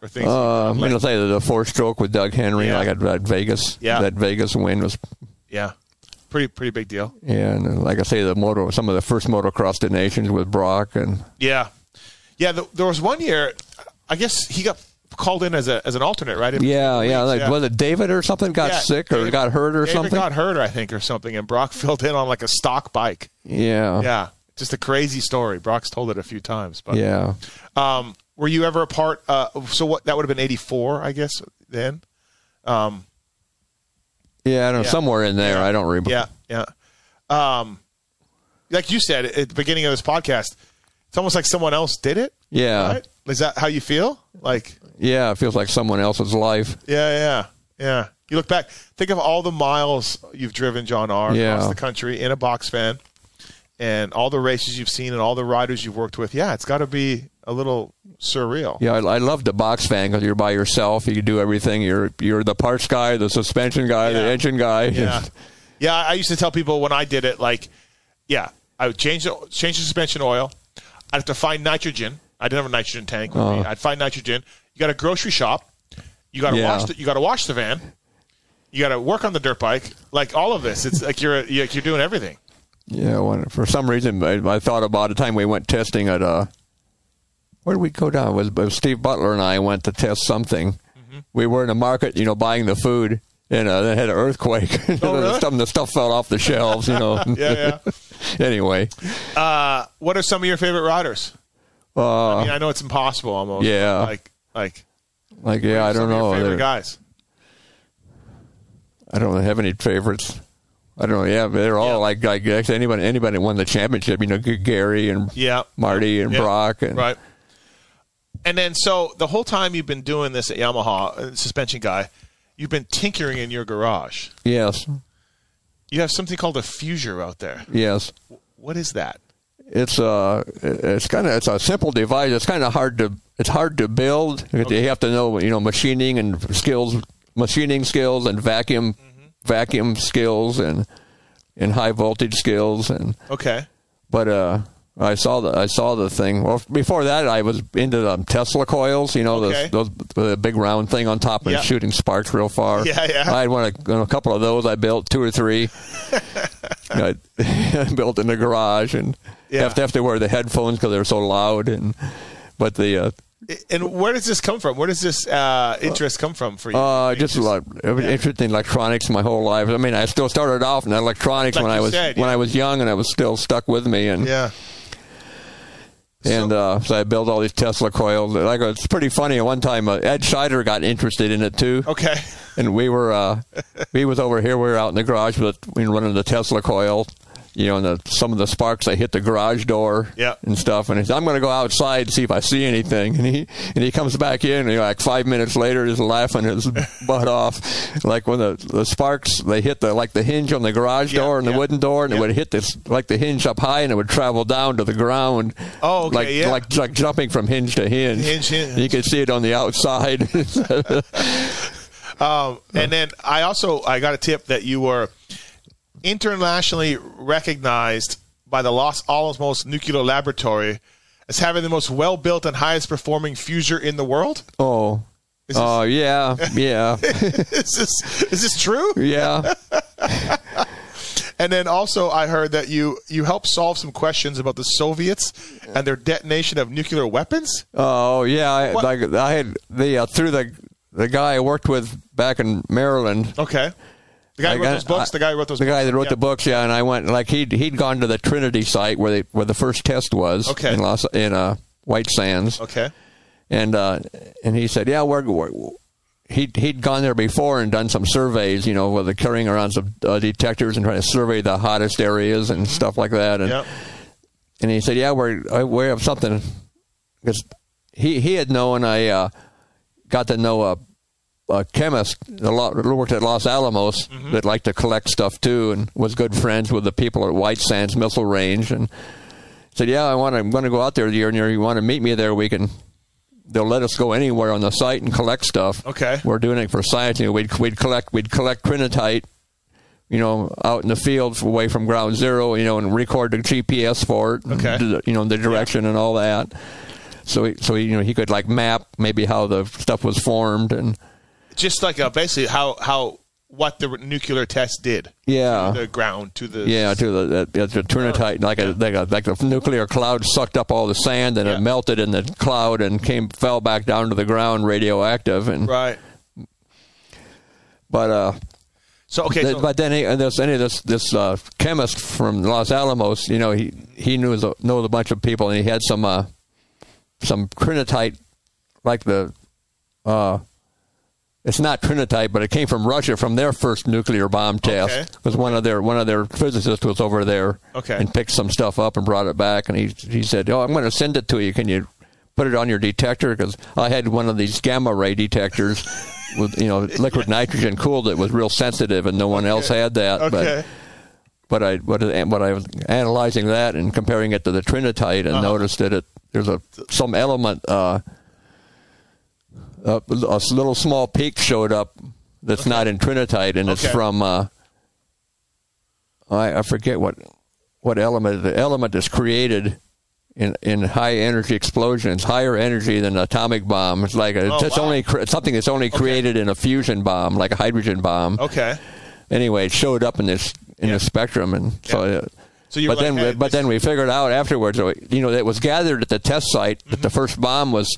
Speaker 4: For things.
Speaker 5: Uh, I'm gonna say that the four stroke with Doug Henry,
Speaker 4: Yeah.
Speaker 5: like at, at Vegas.
Speaker 4: Yeah.
Speaker 5: That Vegas win was,
Speaker 4: yeah. Pretty pretty big deal.
Speaker 5: and uh, like I say, the motor, some of the first motocross donations with Brock, and
Speaker 4: Yeah, yeah. th there was one year. I guess he got called in as a as an alternate, right? In
Speaker 5: yeah,
Speaker 4: between
Speaker 5: yeah,
Speaker 4: weeks,
Speaker 5: like was it David or something got
Speaker 4: Yeah,
Speaker 5: sick or
Speaker 4: David-
Speaker 5: got hurt or
Speaker 4: David
Speaker 5: something?
Speaker 4: Got hurt, I think, or something, and Brock filled in on like a stock bike.
Speaker 5: yeah,
Speaker 4: Yeah, just a crazy story. Brock's told it a few times, but
Speaker 5: yeah.
Speaker 4: Um, were you ever a part? Uh, so what? That would have been eighty four, I guess. Then,
Speaker 5: Yeah, I don't know,
Speaker 4: Yeah.
Speaker 5: somewhere in there. I don't remember.
Speaker 4: yeah, yeah. Um, like you said at the beginning of this podcast, it's almost like someone else did it.
Speaker 5: Yeah.
Speaker 4: right? Is that how you feel? Like,
Speaker 5: Yeah, it feels like someone else's life.
Speaker 4: yeah, yeah, yeah. You look back, think of all the miles you've driven, John R.
Speaker 5: Yeah.
Speaker 4: across the country in a box van, and all the races you've seen and all the riders you've worked with. Yeah, it's got to be a little surreal.
Speaker 5: Yeah, I, I love the box fan because you're by yourself. You can do everything. You're you're the parts guy, the suspension guy, the
Speaker 4: Yeah.
Speaker 5: engine guy.
Speaker 4: Yeah. Yeah, I used to tell people when I did it, like, yeah, I would change the change the suspension oil. I'd have to find nitrogen. I didn't have a nitrogen tank with
Speaker 5: Uh-huh.
Speaker 4: me. I'd find nitrogen. You got a grocery shop. You got to
Speaker 5: Yeah.
Speaker 4: wash. The, you got to wash the van. You got to work on the dirt bike. Like all of this, it's like you're you're you're doing everything.
Speaker 5: Yeah, when, for some reason, I, I thought about the time we went testing at uh, where did we go down? It was, it was Steve Butler and I went to test something.
Speaker 4: Mm-hmm.
Speaker 5: We were in a market, you know, buying the food, and uh, they had an earthquake.
Speaker 4: Oh, really?
Speaker 5: some of the stuff fell off the shelves, you know.
Speaker 4: Yeah,
Speaker 5: anyway,
Speaker 4: Uh, what are some of your favorite riders? I mean, I know it's impossible almost.
Speaker 5: yeah.
Speaker 4: Like like
Speaker 5: like yeah, I don't
Speaker 4: some of
Speaker 5: know.
Speaker 4: your favorite
Speaker 5: They're-
Speaker 4: guys.
Speaker 5: I don't have any favorites. I don't know. Yeah, but they're all
Speaker 4: Yeah.
Speaker 5: like like actually anybody anybody that won the championship. You know, G- Gary and
Speaker 4: Yeah.
Speaker 5: Marty and
Speaker 4: Yeah,
Speaker 5: Brock and
Speaker 4: right. And then, so the whole time you've been doing this at Yamaha, uh, suspension guy, you've been tinkering in your garage.
Speaker 5: yes,
Speaker 4: You have something called a fusure out there.
Speaker 5: yes.
Speaker 4: What is that?
Speaker 5: It's uh it's kind of it's a simple device. It's kind of hard to it's hard to build. You have to know you know machining and skills, machining skills and vacuum vacuum skills and and high voltage skills and
Speaker 4: Okay.
Speaker 5: But uh, I saw the I saw the thing. Well, before that, I was into the Tesla coils. You know,
Speaker 4: Okay.
Speaker 5: those, those the big round thing on top and
Speaker 4: Yeah.
Speaker 5: shooting sparks real far.
Speaker 4: Yeah, yeah.
Speaker 5: I had one a, a couple of those. I built two or three. I built in the garage and
Speaker 4: Yeah.
Speaker 5: have to have to wear the headphones because they're so loud. And but the uh,
Speaker 4: I- And where does this come from? Where does this uh, interest come from for you?
Speaker 5: Uh,
Speaker 4: You
Speaker 5: just a lot of interest in electronics my whole life. I mean, I still started off in electronics
Speaker 4: Like
Speaker 5: when I
Speaker 4: you
Speaker 5: was
Speaker 4: said,
Speaker 5: when
Speaker 4: yeah.
Speaker 5: I was young, and it was still stuck with me. And
Speaker 4: Yeah.
Speaker 5: And uh, so I built all these Tesla coils. Like it's pretty funny. At one time, uh, Ed Scheider got interested in it too.
Speaker 4: Okay.
Speaker 5: And we were, uh, we was over here. We were out in the garage with we were running the Tesla coil. You know, and the, some of the sparks they hit the garage door
Speaker 4: Yeah.
Speaker 5: and stuff. And he said, I'm going to go outside and see if I see anything. And he and he comes back in, and like five minutes later, is laughing his butt off. Like when the, the sparks they hit the like the hinge on the garage
Speaker 4: Yeah,
Speaker 5: door and
Speaker 4: yeah.
Speaker 5: the wooden door, and
Speaker 4: Yeah.
Speaker 5: it would hit this like the hinge up high, and it would travel down to the ground.
Speaker 4: Oh, okay,
Speaker 5: like
Speaker 4: yeah.
Speaker 5: like it's like jumping from hinge to hinge.
Speaker 4: Hinge, hinge.
Speaker 5: You can see it on the outside.
Speaker 4: Um, and then I also I got a tip that you were internationally recognized by the Los Alamos Nuclear Laboratory as having the most well-built and highest-performing fusor in the world.
Speaker 5: oh. Oh yeah, yeah,
Speaker 4: is this is this true?
Speaker 5: yeah,
Speaker 4: And then also, I heard that you you helped solve some questions about the Soviets and their detonation of nuclear weapons.
Speaker 5: oh yeah. I,
Speaker 4: What-
Speaker 5: like I had the uh, through the the guy I worked with back in Maryland.
Speaker 4: Okay, the guy
Speaker 5: I
Speaker 4: who wrote
Speaker 5: got-
Speaker 4: those books.
Speaker 5: I-
Speaker 4: the guy who wrote those.
Speaker 5: The
Speaker 4: books.
Speaker 5: guy that wrote
Speaker 4: Yeah.
Speaker 5: the books, yeah. And I went like he'd he'd gone to the Trinity site where they where the first test was
Speaker 4: Okay.
Speaker 5: in Los in uh, White Sands.
Speaker 4: Okay.
Speaker 5: and uh, and he said, "Yeah, we're." we're He'd, he'd gone there before and done some surveys, you know, with the carrying around some uh, detectors and trying to survey the hottest areas and stuff like that. And
Speaker 4: Yeah.
Speaker 5: and he said, "Yeah, we're uh, we have something," because he he had known I uh, got to know a, a chemist a lot worked at Los Alamos that liked to collect stuff too, and was good friends with the people at White Sands Missile Range, and said, "Yeah, I want to, I'm going to go out there year and year. You want to meet me there? We can." They'll let us go anywhere on the site and collect stuff.
Speaker 4: Okay.
Speaker 5: we're doing it for science. You know, we'd we'd collect we'd collect crinitite, you know, out in the field away from ground zero, you know, and record the GPS for it, and
Speaker 4: Okay.
Speaker 5: do the- you know, the direction and all that. so he, so he, you know he could like map maybe how the stuff was formed and
Speaker 4: Just like uh, basically how how what the nuclear test did.
Speaker 5: Yeah.
Speaker 4: to the ground to the
Speaker 5: Uh-huh. yeah to the, the, the, turnitite like a, like a like the nuclear cloud sucked up all the sand and
Speaker 4: Yeah.
Speaker 5: it melted in the cloud and came fell back down to the ground radioactive and
Speaker 4: right.
Speaker 5: but uh
Speaker 4: So okay,
Speaker 5: Th-
Speaker 4: so,
Speaker 5: but then he, and this any of this this uh, chemist from Los Alamos, you know, he he knew the, knows a bunch of people, and he had some uh, some trinitite, like the, uh, it's not trinitite, but it came from Russia from their first nuclear bomb test.
Speaker 4: Okay.
Speaker 5: Was one of their one of their physicists was over there,
Speaker 4: Okay.
Speaker 5: and picked some stuff up and brought it back, and he he said, "Oh, I'm going to send it to you. Can you?" Put it on your detector because I had one of these gamma ray detectors with you know liquid nitrogen cooled. It was real sensitive, and no one else had that.
Speaker 4: okay.
Speaker 5: But but I what I- what I was analyzing that and comparing it to the trinitite
Speaker 4: Uh-huh.
Speaker 5: and noticed that it there's a some element uh, a, a little small peak showed up that's not in trinitite and it's
Speaker 4: Okay.
Speaker 5: from uh, I, I forget what what element the element is created in in high energy explosions higher energy than an atomic bomb it's like a,
Speaker 4: Oh,
Speaker 5: it's
Speaker 4: wow.
Speaker 5: only cre- something that's only created in a fusion bomb like a hydrogen bomb
Speaker 4: okay.
Speaker 5: anyway, it showed up in this in
Speaker 4: Yeah.
Speaker 5: the spectrum, and so.
Speaker 4: Yeah.
Speaker 5: uh,
Speaker 4: So you were
Speaker 5: but
Speaker 4: like,
Speaker 5: then,
Speaker 4: hey,
Speaker 5: we, but
Speaker 4: this-
Speaker 5: then we figured out afterwards, that we- you know, that it was gathered at the test site that
Speaker 4: Mm-hmm.
Speaker 5: the first bomb was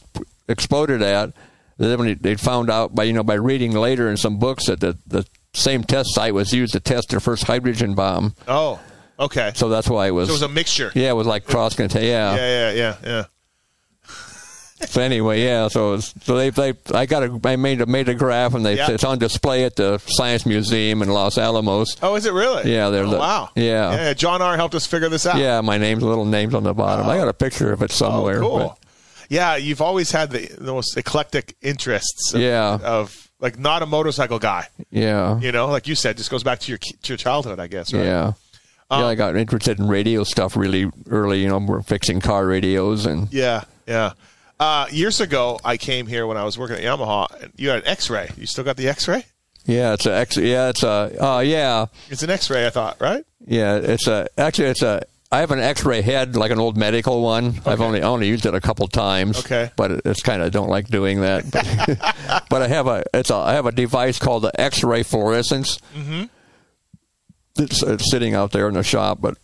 Speaker 5: exploded at. Then when they found out by you know by reading later in some books that the the same test site was used to test their first hydrogen bomb,
Speaker 4: Oh, okay. So
Speaker 5: so that's why it was.
Speaker 4: it was a mixture.
Speaker 5: yeah, it was like cross contain. Yeah.
Speaker 4: yeah, yeah, yeah. yeah.
Speaker 5: So anyway, yeah. So it's- so they they I got a I made a made a graph and they
Speaker 4: Yeah.
Speaker 5: it's on display at the Science Museum in Los Alamos.
Speaker 4: Oh, is it really?
Speaker 5: Yeah, they're
Speaker 4: oh,
Speaker 5: the-
Speaker 4: wow.
Speaker 5: yeah.
Speaker 4: yeah. John R. helped us figure this out.
Speaker 5: Yeah, my name's little names on the bottom. I got a picture of it
Speaker 4: Oh,
Speaker 5: somewhere.
Speaker 4: cool.
Speaker 5: but-
Speaker 4: Yeah, you've always had the, the most eclectic interests. Of,
Speaker 5: Yeah.
Speaker 4: Of like not a motorcycle guy,
Speaker 5: yeah.
Speaker 4: you know, like you said, just goes back to your ki- to your childhood, I guess. Right?
Speaker 5: Yeah. yeah, I
Speaker 4: Um,
Speaker 5: got interested in radio stuff really early. You know, we're fixing car radios and
Speaker 4: Yeah, yeah. Uh, years ago, I came here when I was working at Yamaha. and You had an X-ray. You still got the X-ray?
Speaker 5: yeah, it's a ex- yeah, it's a oh yeah,
Speaker 4: It's an X-ray, I thought, right?
Speaker 5: yeah, it's a actually it's a I have an X-ray head like an old medical one. I've only I only used it a couple times.
Speaker 4: Okay.
Speaker 5: but it- it's kind of don't like doing that. But, but I have a it's a I have a device called the X-ray fluorescence. Mm-hmm. It's, it's sitting out there in the shop, but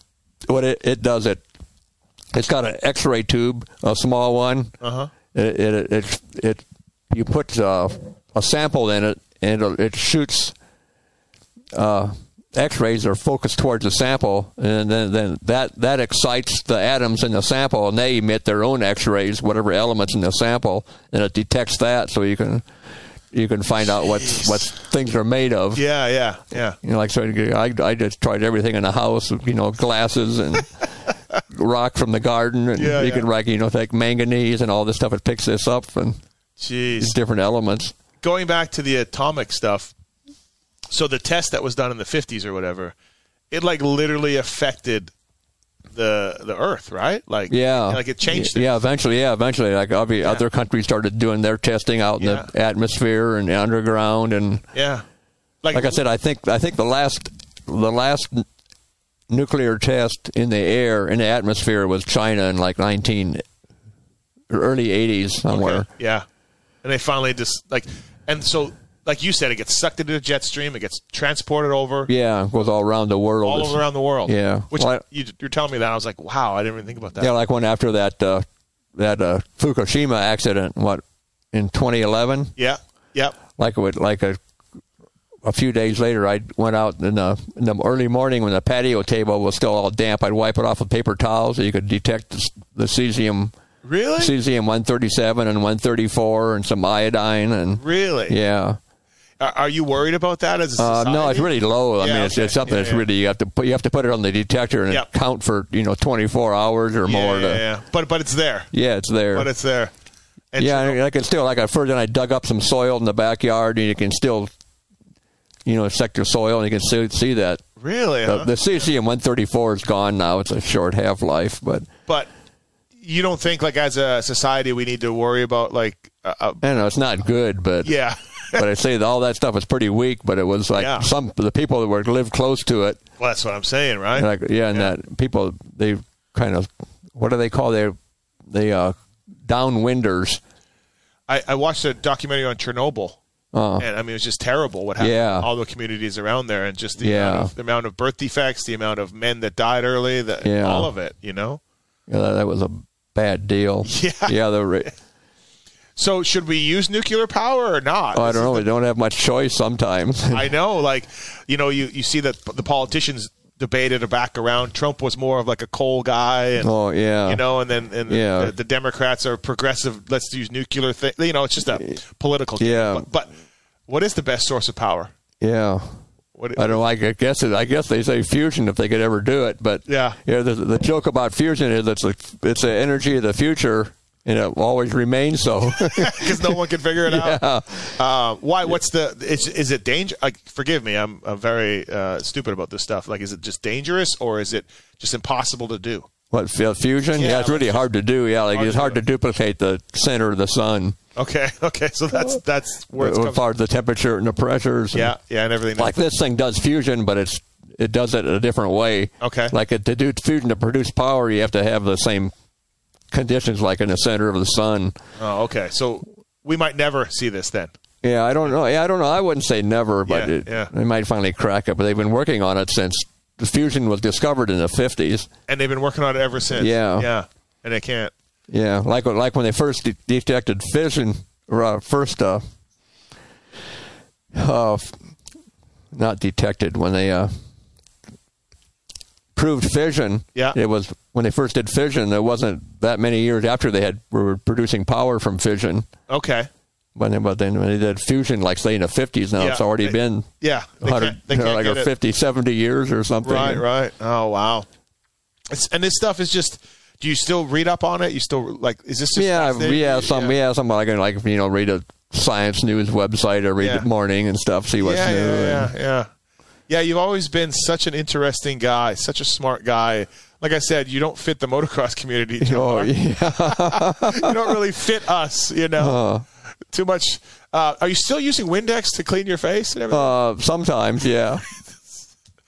Speaker 5: what it, it does it it's got an X-ray tube, a small one. Uh-huh. It, it it it you put uh, a sample in it, and it'll- it shoots uh, X-rays that are focused towards the sample, and then then that that excites the atoms in the sample, and they emit their own X-rays, whatever elements in the sample, and it detects that, so you can you can find out what what things are made of.
Speaker 4: Yeah, yeah, yeah.
Speaker 5: You know, like so I, I just tried everything in the house, you know, glasses and rock from the garden, and
Speaker 4: Yeah,
Speaker 5: you
Speaker 4: yeah.
Speaker 5: can like you know take manganese and all this stuff. It picks this up and
Speaker 4: Jeez.
Speaker 5: these different elements.
Speaker 4: going back to the atomic stuff, so the test that was done in the fifties or whatever, it like literally affected the the Earth, right? Like
Speaker 5: Yeah,
Speaker 4: like it changed it.
Speaker 5: Yeah, eventually, yeah, eventually, like obvi- other countries started doing their testing out in the
Speaker 4: Yeah.
Speaker 5: atmosphere and underground, and
Speaker 4: yeah. Like,
Speaker 5: like I said, I think I think the last the last n- nuclear test in the air in the atmosphere was China in like nineteen early eighties somewhere.
Speaker 4: Okay, yeah, and they finally just like, and so like you said, it gets sucked into the jet stream, it gets transported over
Speaker 5: Yeah, it goes all around the world.
Speaker 4: all
Speaker 5: It's-
Speaker 4: around the world.
Speaker 5: Yeah.
Speaker 4: which
Speaker 5: Well, I-
Speaker 4: you, you're telling me that I was like, wow, I didn't even think about that.
Speaker 5: Yeah, like one after that uh, that uh, Fukushima accident. What in 2011?
Speaker 4: yeah, yeah.
Speaker 5: Like with like a a few days later, I went out in the in the early morning when the patio table was still all damp. I'd wipe it off with paper towels so you could detect the, the cesium
Speaker 4: Really,
Speaker 5: cesium 137 and 134 and some iodine and
Speaker 4: really.
Speaker 5: yeah.
Speaker 4: Are, are you worried about that as a
Speaker 5: Uh,
Speaker 4: society?
Speaker 5: no, it's really low. I
Speaker 4: Yeah,
Speaker 5: mean, it's,
Speaker 4: okay.
Speaker 5: it's something
Speaker 4: Yeah,
Speaker 5: that's
Speaker 4: yeah.
Speaker 5: really you have to put you have to put it on the detector and
Speaker 4: Yeah.
Speaker 5: count for you know 24 hours or
Speaker 4: yeah,
Speaker 5: more.
Speaker 4: yeah,
Speaker 5: to,
Speaker 4: yeah. But but it's there.
Speaker 5: yeah, it's there.
Speaker 4: But it's there. And
Speaker 5: yeah,
Speaker 4: Chernobyl-
Speaker 5: and I can still like I first then I dug up some soil in the backyard, and you can still, you know, sector soil, and you can see, see that
Speaker 4: really.
Speaker 5: the,
Speaker 4: huh?
Speaker 5: the cesium one thirty four is gone now. It's a short half life, but
Speaker 4: but you don't think like as a society we need to worry about like uh, uh,
Speaker 5: I don't know it's not good. But
Speaker 4: yeah
Speaker 5: but I say that all that stuff is pretty weak. But it was like
Speaker 4: Yeah.
Speaker 5: some the people that were lived close to it,
Speaker 4: well that's what i'm saying right
Speaker 5: like yeah, and that people they kind of what do they call their they uh downwinders.
Speaker 4: I, I watched a documentary on Chernobyl. And I mean, it was just terrible what happened.
Speaker 5: Uh-huh. Yeah.
Speaker 4: in All the communities around there, and just the,
Speaker 5: Yeah.
Speaker 4: amount, of, the amount of birth defects, the amount of men that died early, the,
Speaker 5: Yeah.
Speaker 4: all of it. You know.
Speaker 5: Yeah, that, that was a bad deal.
Speaker 4: Yeah.
Speaker 5: yeah. The ra-
Speaker 4: So should we use nuclear power or not?
Speaker 5: oh, I
Speaker 4: This
Speaker 5: don't
Speaker 4: is
Speaker 5: know. We don't have much choice sometimes.
Speaker 4: I know, like, you know, you, you see that the politicians debated a back around. Trump was more of like a coal guy, and
Speaker 5: oh yeah.
Speaker 4: you know, and then and
Speaker 5: Yeah.
Speaker 4: the, the Democrats are progressive. Let's use nuclear thing. You know, it's just a political. game.
Speaker 5: Yeah.
Speaker 4: But, but what is the best source of power?
Speaker 5: Yeah.
Speaker 4: What-
Speaker 5: I don't like. I guess it, I guess they say fusion if they could ever do it, but
Speaker 4: Yeah.
Speaker 5: yeah. The, the joke about fusion is it's like it's the energy of the future, and it always remains so.
Speaker 4: Because no one can figure it out. Uh, why? What's the? Is, is it danger? Like, forgive me, I'm, I'm very uh, stupid about this stuff. Like, is it just dangerous or is it just impossible to do?
Speaker 5: What fu- fusion? Yeah,
Speaker 4: Yeah,
Speaker 5: it's really
Speaker 4: like-
Speaker 5: hard to do. Yeah, like
Speaker 4: Hard
Speaker 5: it's
Speaker 4: to
Speaker 5: hard
Speaker 4: do.
Speaker 5: to duplicate the center of the sun
Speaker 4: Okay, okay. So that's that's where it's
Speaker 5: as
Speaker 4: coming.
Speaker 5: far as the temperature and the pressures. and-
Speaker 4: Yeah, yeah, and everything.
Speaker 5: like this thing does fusion, but it's it does it a different way.
Speaker 4: Okay.
Speaker 5: like it, to do fusion to produce power, you have to have the same conditions like in the center of the sun.
Speaker 4: Oh, okay. So we might never see this then.
Speaker 5: Yeah, I don't know. Yeah, I don't know. I wouldn't say never, but
Speaker 4: Yeah,
Speaker 5: it,
Speaker 4: yeah.
Speaker 5: they might finally crack it. But they've been working on it since the fusion was discovered in the fifties.
Speaker 4: And they've been working on it ever since.
Speaker 5: Yeah.
Speaker 4: Yeah. And they can't.
Speaker 5: Yeah, like like when they first de- detected fission, or uh, first uh, uh, f- not detected when they uh, proved fission.
Speaker 4: Yeah.
Speaker 5: it was when they first did fission. It wasn't that many years after they had were producing power from fission.
Speaker 4: Okay.
Speaker 5: When they, but then when they did fusion, like say in the fifties, now
Speaker 4: Yeah,
Speaker 5: it's already
Speaker 4: they-
Speaker 5: been
Speaker 4: yeah, they
Speaker 5: 100
Speaker 4: can't- they
Speaker 5: you know,
Speaker 4: can't
Speaker 5: like
Speaker 4: get
Speaker 5: a
Speaker 4: it.
Speaker 5: 50, 70 years or something.
Speaker 4: Right, right. Oh, wow. It's, and this stuff is just. Do you still read up on it? You still like? Is this? Just
Speaker 5: yeah,
Speaker 4: fascinating to
Speaker 5: yeah,
Speaker 4: you?
Speaker 5: some yeah, something like like you know, read a science news website every
Speaker 4: Yeah.
Speaker 5: morning and stuff, see what's
Speaker 4: yeah,
Speaker 5: new.
Speaker 4: yeah, yeah,
Speaker 5: and-
Speaker 4: yeah. Yeah, you've always been such an interesting guy, such a smart guy. Like I said, you don't fit the motocross community.
Speaker 5: Oh
Speaker 4: John.
Speaker 5: yeah,
Speaker 4: you don't really fit us, you know.
Speaker 5: Uh-huh.
Speaker 4: Too much. Uh, are you still using Windex to clean your face and everything?
Speaker 5: uh, sometimes yeah,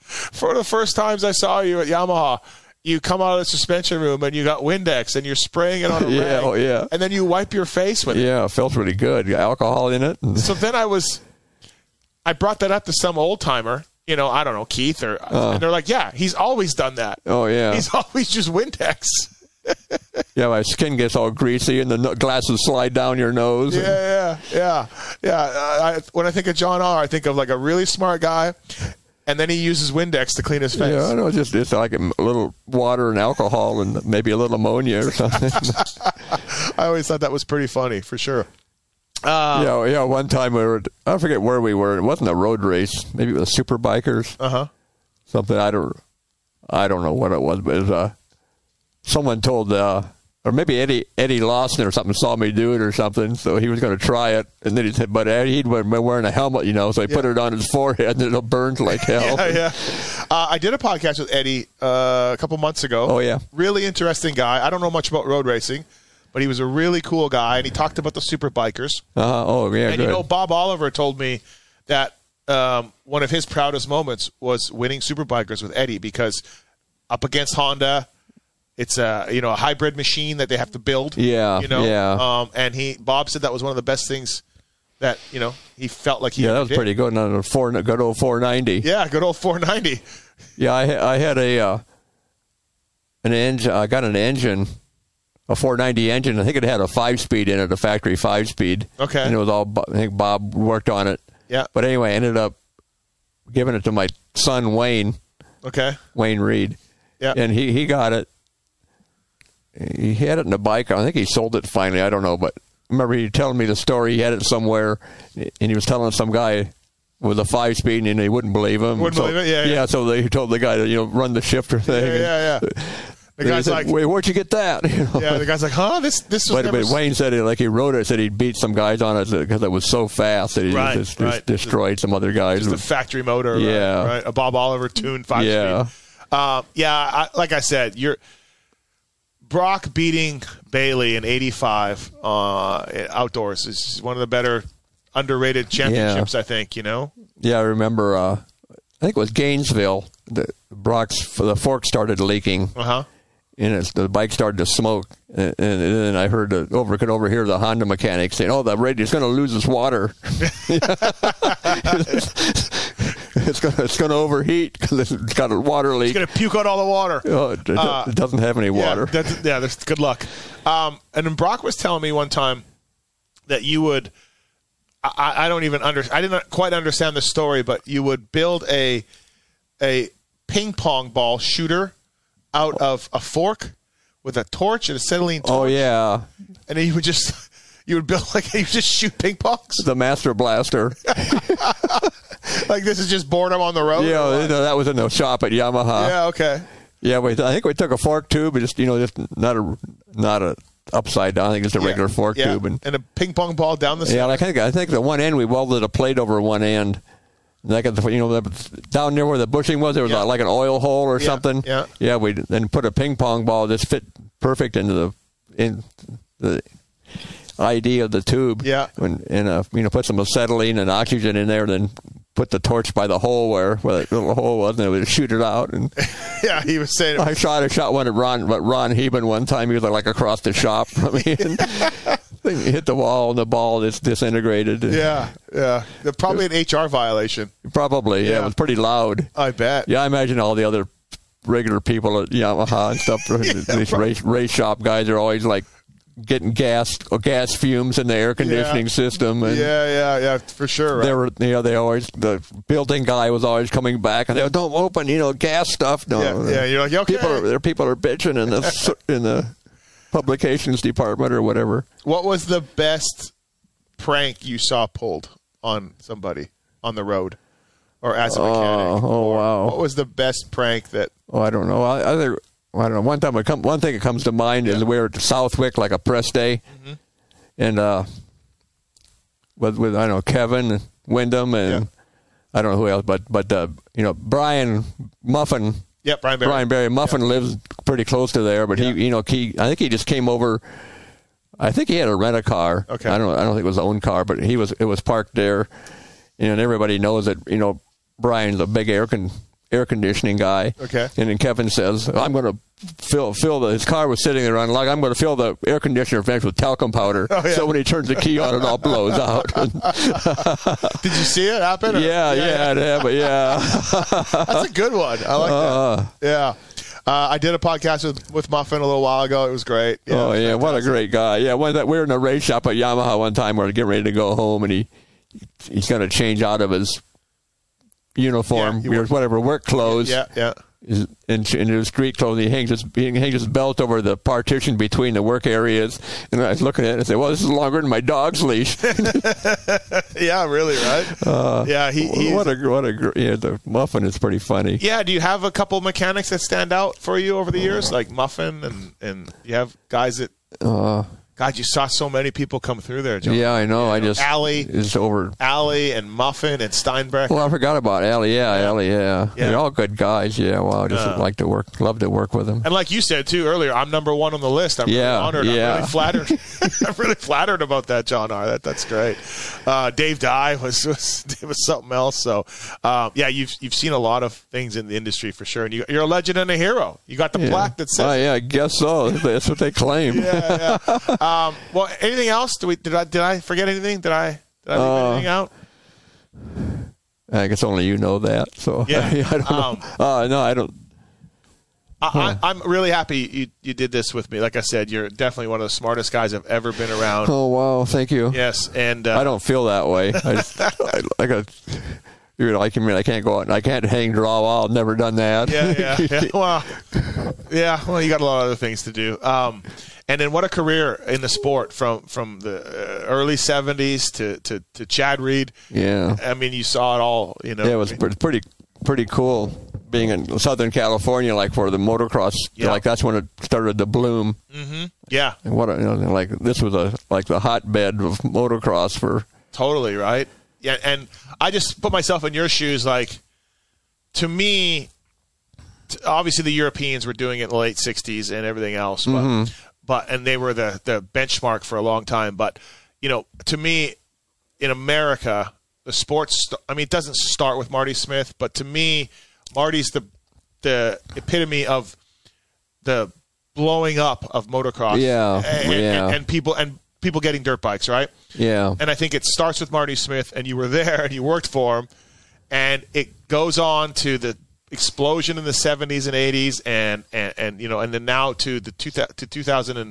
Speaker 4: For the first times I saw you at Yamaha, you come out of the suspension room and you got Windex and you're spraying it on a
Speaker 5: Yeah,
Speaker 4: rag,
Speaker 5: oh, yeah.
Speaker 4: and then you wipe your face with it.
Speaker 5: yeah. It felt really good. Got alcohol in it. and-
Speaker 4: So then I was, I brought that up to some old timer, you know, I don't know Keith or, and they're like, yeah, he's always done that.
Speaker 5: Uh. oh yeah,
Speaker 4: He's always just Windex.
Speaker 5: yeah. My skin gets all greasy, and the no- glasses slide down your nose. and-
Speaker 4: Yeah, yeah, yeah, yeah. Uh, I, when I think of John R, I think of like a really smart guy, and then he uses Windex to clean his face.
Speaker 5: yeah, I know. Just it's like a m- little water and alcohol, and maybe a little ammonia or something.
Speaker 4: I always thought that was pretty funny for sure. Uh,
Speaker 5: yeah, yeah. One time we were, I forget where we were. It wasn't a road race. Maybe it was super bikers.
Speaker 4: Uh huh.
Speaker 5: something I don't I don't know what it was, but it was, uh, someone told uh, or maybe Eddie Eddie Lawson or something saw me do it or something, so he was going to try it, and then he said, but Eddie, he'd been wearing a helmet, you know, so he put it on his forehead and it burned like hell.
Speaker 4: Yeah, Oh, yeah. Uh, I did a podcast with Eddie uh, a couple months ago.
Speaker 5: Oh, yeah.
Speaker 4: really interesting guy. I don't know much about road racing, but he was a really cool guy, and he talked about the super bikers.
Speaker 5: Uh, oh yeah,
Speaker 4: and
Speaker 5: good.
Speaker 4: you know, Bob Oliver told me that um, one of his proudest moments was winning super bikers with Eddie because up against Honda. It's a you know a hybrid machine that they have to build.
Speaker 5: Yeah,
Speaker 4: you know.
Speaker 5: yeah.
Speaker 4: Um, and he Bob said that was one of the best things that you know he felt like he
Speaker 5: yeah, that
Speaker 4: ever
Speaker 5: was
Speaker 4: did.
Speaker 5: pretty good. Another four, good old 490.
Speaker 4: Yeah, good old 490.
Speaker 5: Yeah, I, ha- I had a uh, an engine. I got an engine, a 490 engine. I think it had a five speed in it, a factory five speed.
Speaker 4: Okay.
Speaker 5: and it was all. Bo- I think Bob worked on it.
Speaker 4: Yeah.
Speaker 5: But anyway, I ended up giving it to my son Wayne,
Speaker 4: Okay.
Speaker 5: Wayne Reed.
Speaker 4: Yeah.
Speaker 5: And he he got it. He had it in a bike. I think he sold it finally. I don't know, but I remember he telling me the story. He had it somewhere, and he was telling some guy with a five speed, and they wouldn't believe him.
Speaker 4: Wouldn't
Speaker 5: so,
Speaker 4: believe it? Yeah, yeah.
Speaker 5: So they told the guy to you know run the shifter thing.
Speaker 4: Yeah, yeah, yeah. The
Speaker 5: And he
Speaker 4: guy's
Speaker 5: said,
Speaker 4: like,
Speaker 5: "Wait, where'd you get that?" You know?
Speaker 4: yeah. The guy's like, huh? This this was
Speaker 5: But,
Speaker 4: never
Speaker 5: but Wayne said it like he wrote it. Said he beat some guys on it because it was so fast that he
Speaker 4: Right,
Speaker 5: just, just
Speaker 4: right.
Speaker 5: destroyed some other guys.
Speaker 4: just a factory motor. right,
Speaker 5: Yeah.
Speaker 4: Right, A Bob Oliver tuned five
Speaker 5: Yeah.
Speaker 4: speed. Uh, yeah. I, like I said, you're Brock beating Bailey in '85 uh, outdoors is one of the better underrated championships. I think you know.
Speaker 5: Yeah, I remember. Uh, I think it was Gainesville. The Brock's the fork started leaking,
Speaker 4: Uh huh.
Speaker 5: and it's, the bike started to smoke. And, and then I heard the over could overhear the Honda mechanic saying, "Oh, the radio's going to lose its water. it's going to it's going to overheat because it's got a water leak.
Speaker 4: He's going to puke out all the water.
Speaker 5: Oh, it, it doesn't have any water.
Speaker 4: Uh, Yeah, that's, yeah that's, good luck. Um, and then Brock was telling me one time that you would. I- I, I don't even under. I didn't quite understand the story, but you would build a a ping pong ball shooter out of a fork with a torch and acetylene torch,
Speaker 5: oh yeah,
Speaker 4: and then you would just you would build like you just shoot ping pongs.
Speaker 5: the Master Blaster.
Speaker 4: Like this is just boredom on the road.
Speaker 5: yeah, you know, that was in the shop at Yamaha.
Speaker 4: Oh, yeah, okay.
Speaker 5: Yeah, we, I think we took a fork tube, but just you know, just not a not a upside down. I think it's a
Speaker 4: Yeah,
Speaker 5: regular fork
Speaker 4: yeah,
Speaker 5: tube, and
Speaker 4: and a ping pong ball down the.
Speaker 5: yeah,
Speaker 4: Yeah,
Speaker 5: and I think I think the one end we welded a plate over one end. And I got the, you know the, down near where the bushing was, there was
Speaker 4: Yeah.
Speaker 5: like an oil hole or
Speaker 4: Yeah,
Speaker 5: something.
Speaker 4: yeah.
Speaker 5: yeah. We then put a ping pong ball that fit perfect into the in the ID of the tube.
Speaker 4: Yeah.
Speaker 5: and, and uh, you know put some acetylene and oxygen in there, then put the torch by the hole where where the little hole was, and it would shoot it out. And
Speaker 4: yeah, he was saying.
Speaker 5: I shot I shot one at Ron, but Ron Heben one time. He was like across the shop from me. And he hit the wall, and the ball is disintegrated.
Speaker 4: Yeah, yeah. They're Probably an HR violation.
Speaker 5: probably. Yeah.
Speaker 4: Yeah.
Speaker 5: it was pretty loud.
Speaker 4: I bet.
Speaker 5: Yeah, I imagine all the other regular people at Yamaha and stuff. these race, race shop guys are always like getting gas or gas fumes in the air conditioning system. And
Speaker 4: yeah, yeah, yeah, for sure. Right?
Speaker 5: They were, you know, they always the building guy was always coming back, and they were, don't open, you know, gas stuff. No,
Speaker 4: Yeah, yeah, you're like, "Okay."
Speaker 5: people are there. People are bitching in the in the publications department or whatever.
Speaker 4: What was the best prank you saw pulled on somebody on the road, or as a mechanic?
Speaker 5: oh,
Speaker 4: Or
Speaker 5: wow.
Speaker 4: What was the best prank that?
Speaker 5: Oh, I don't know. I, I, think- I don't know. One time, it come, one thing that comes to mind is we were at Southwick, like a press day,
Speaker 4: Mm-hmm.
Speaker 5: and uh, with with I don't know Kevin Wyndham and
Speaker 4: Yeah.
Speaker 5: I don't know who else, but but uh, you know Brian Muffin.
Speaker 4: Yep, Brian Barry.
Speaker 5: Brian Barry Muffin lives pretty close to there, but he, you know, he, I think he just came over. I think he had a rent a car.
Speaker 4: Okay.
Speaker 5: I don't, I don't think it was his own car, but he was, it was parked there. You know, and everybody knows that, you know, Brian's a big air con, air conditioning guy.
Speaker 4: Okay.
Speaker 5: And then Kevin says, I'm going to fill, fill the, his car was sitting there unlocked. I'm going to fill the air conditioner vent with talcum powder.
Speaker 4: Oh, yeah.
Speaker 5: So when he turns the key on, it all blows out.
Speaker 4: Did you see it happen? or-
Speaker 5: yeah, yeah, yeah, but yeah.
Speaker 4: That's a good one. I like
Speaker 5: Uh-huh.
Speaker 4: that. Yeah. Uh, I did a podcast with, with Muffin a little while ago. It was great. Yeah,
Speaker 5: oh yeah, what a great guy! Yeah, one that we were in a race shop at Yamaha one time. We are getting ready to go home, and he he's going to change out of his
Speaker 4: Yeah,
Speaker 5: uniform,
Speaker 4: he
Speaker 5: or
Speaker 4: works-
Speaker 5: whatever work clothes,
Speaker 4: Yeah, yeah.
Speaker 5: his- and in his street clothes. He hangs his he hangs his belt over the partition between the work areas. And I was looking at it and said, "Well, this is longer than my dog's leash."
Speaker 4: Yeah, really, right? yeah, he, he's,
Speaker 5: Uh, what a what a gr- yeah, the muffin is pretty funny.
Speaker 4: Yeah, do you have a couple mechanics that stand out for you over the years, like Muffin, and and you have guys that? God, you saw so many people come through there, John.
Speaker 5: Uh, Yeah, I know. I just
Speaker 4: Alley.
Speaker 5: is over.
Speaker 4: Alley and Muffin and Steinbeck.
Speaker 5: Well, I forgot about Allie. Yeah, Allie. Yeah,
Speaker 4: Yeah.
Speaker 5: they're all good guys. Yeah, wow. I just
Speaker 4: Uh.
Speaker 5: like to work, love to work with them.
Speaker 4: And like you said too earlier, I'm number one on the list. I'm really
Speaker 5: Yeah,
Speaker 4: honored. I'm
Speaker 5: yeah.
Speaker 4: really flattered. I'm really flattered about that, John R. That that's great. Uh, Dave Dye was, was it was something else. So um, yeah, you've you've seen a lot of things in the industry for sure, and you, you're a legend and a hero. You got the plaque that says
Speaker 5: Oh, yeah, I guess so. That's what they claim.
Speaker 4: yeah, yeah. Um, well, anything else? Did, we, did I did I forget anything? Did I did I leave
Speaker 5: Uh,
Speaker 4: anything out?
Speaker 5: I guess only you know that. So
Speaker 4: Yeah.
Speaker 5: I don't
Speaker 4: Um,
Speaker 5: know. Uh, no, I don't.
Speaker 4: I, I, I'm really happy you you did this with me. Like I said, you're definitely one of the smartest guys I've ever been around.
Speaker 5: Oh wow, thank you.
Speaker 4: Yes, and uh,
Speaker 5: I don't feel that way. I just, I, I got. You're like, I mean, I can't go out and I can't hang draw. I've never done that.
Speaker 4: Yeah, yeah, yeah. Well, yeah. Well, you got a lot of other things to do. Um, and then what a career in the sport from from the uh, early '70s to, to to Chad Reed.
Speaker 5: Yeah.
Speaker 4: I mean, you saw it all. You know.
Speaker 5: Yeah, it was pre- pretty pretty cool being in Southern California, like where the motocross,
Speaker 4: Yeah. Mm-hmm.
Speaker 5: like that's when it started to bloom.
Speaker 4: Yeah.
Speaker 5: And what a- you know, like this was a like the hotbed of motocross for.
Speaker 4: Totally right. Yeah, and I just put myself in your shoes. Like, to me, t- obviously the Europeans were doing it in the late '60s and everything else, but
Speaker 5: Mm-hmm.
Speaker 4: but and they were the the benchmark for a long time. But you know, to me, in America, the sports. St- I mean, it doesn't start with Marty Smith, but to me, Marty's the the epitome of the blowing up of motocross.
Speaker 5: Yeah,
Speaker 4: and, and-
Speaker 5: yeah.
Speaker 4: and people and people getting dirt bikes, right?
Speaker 5: Yeah.
Speaker 4: And I think it starts with Marty Smith, and you were there and you worked for him, and it goes on to the explosion in the 70s and 80s, and and, and you know, and then now to the two, to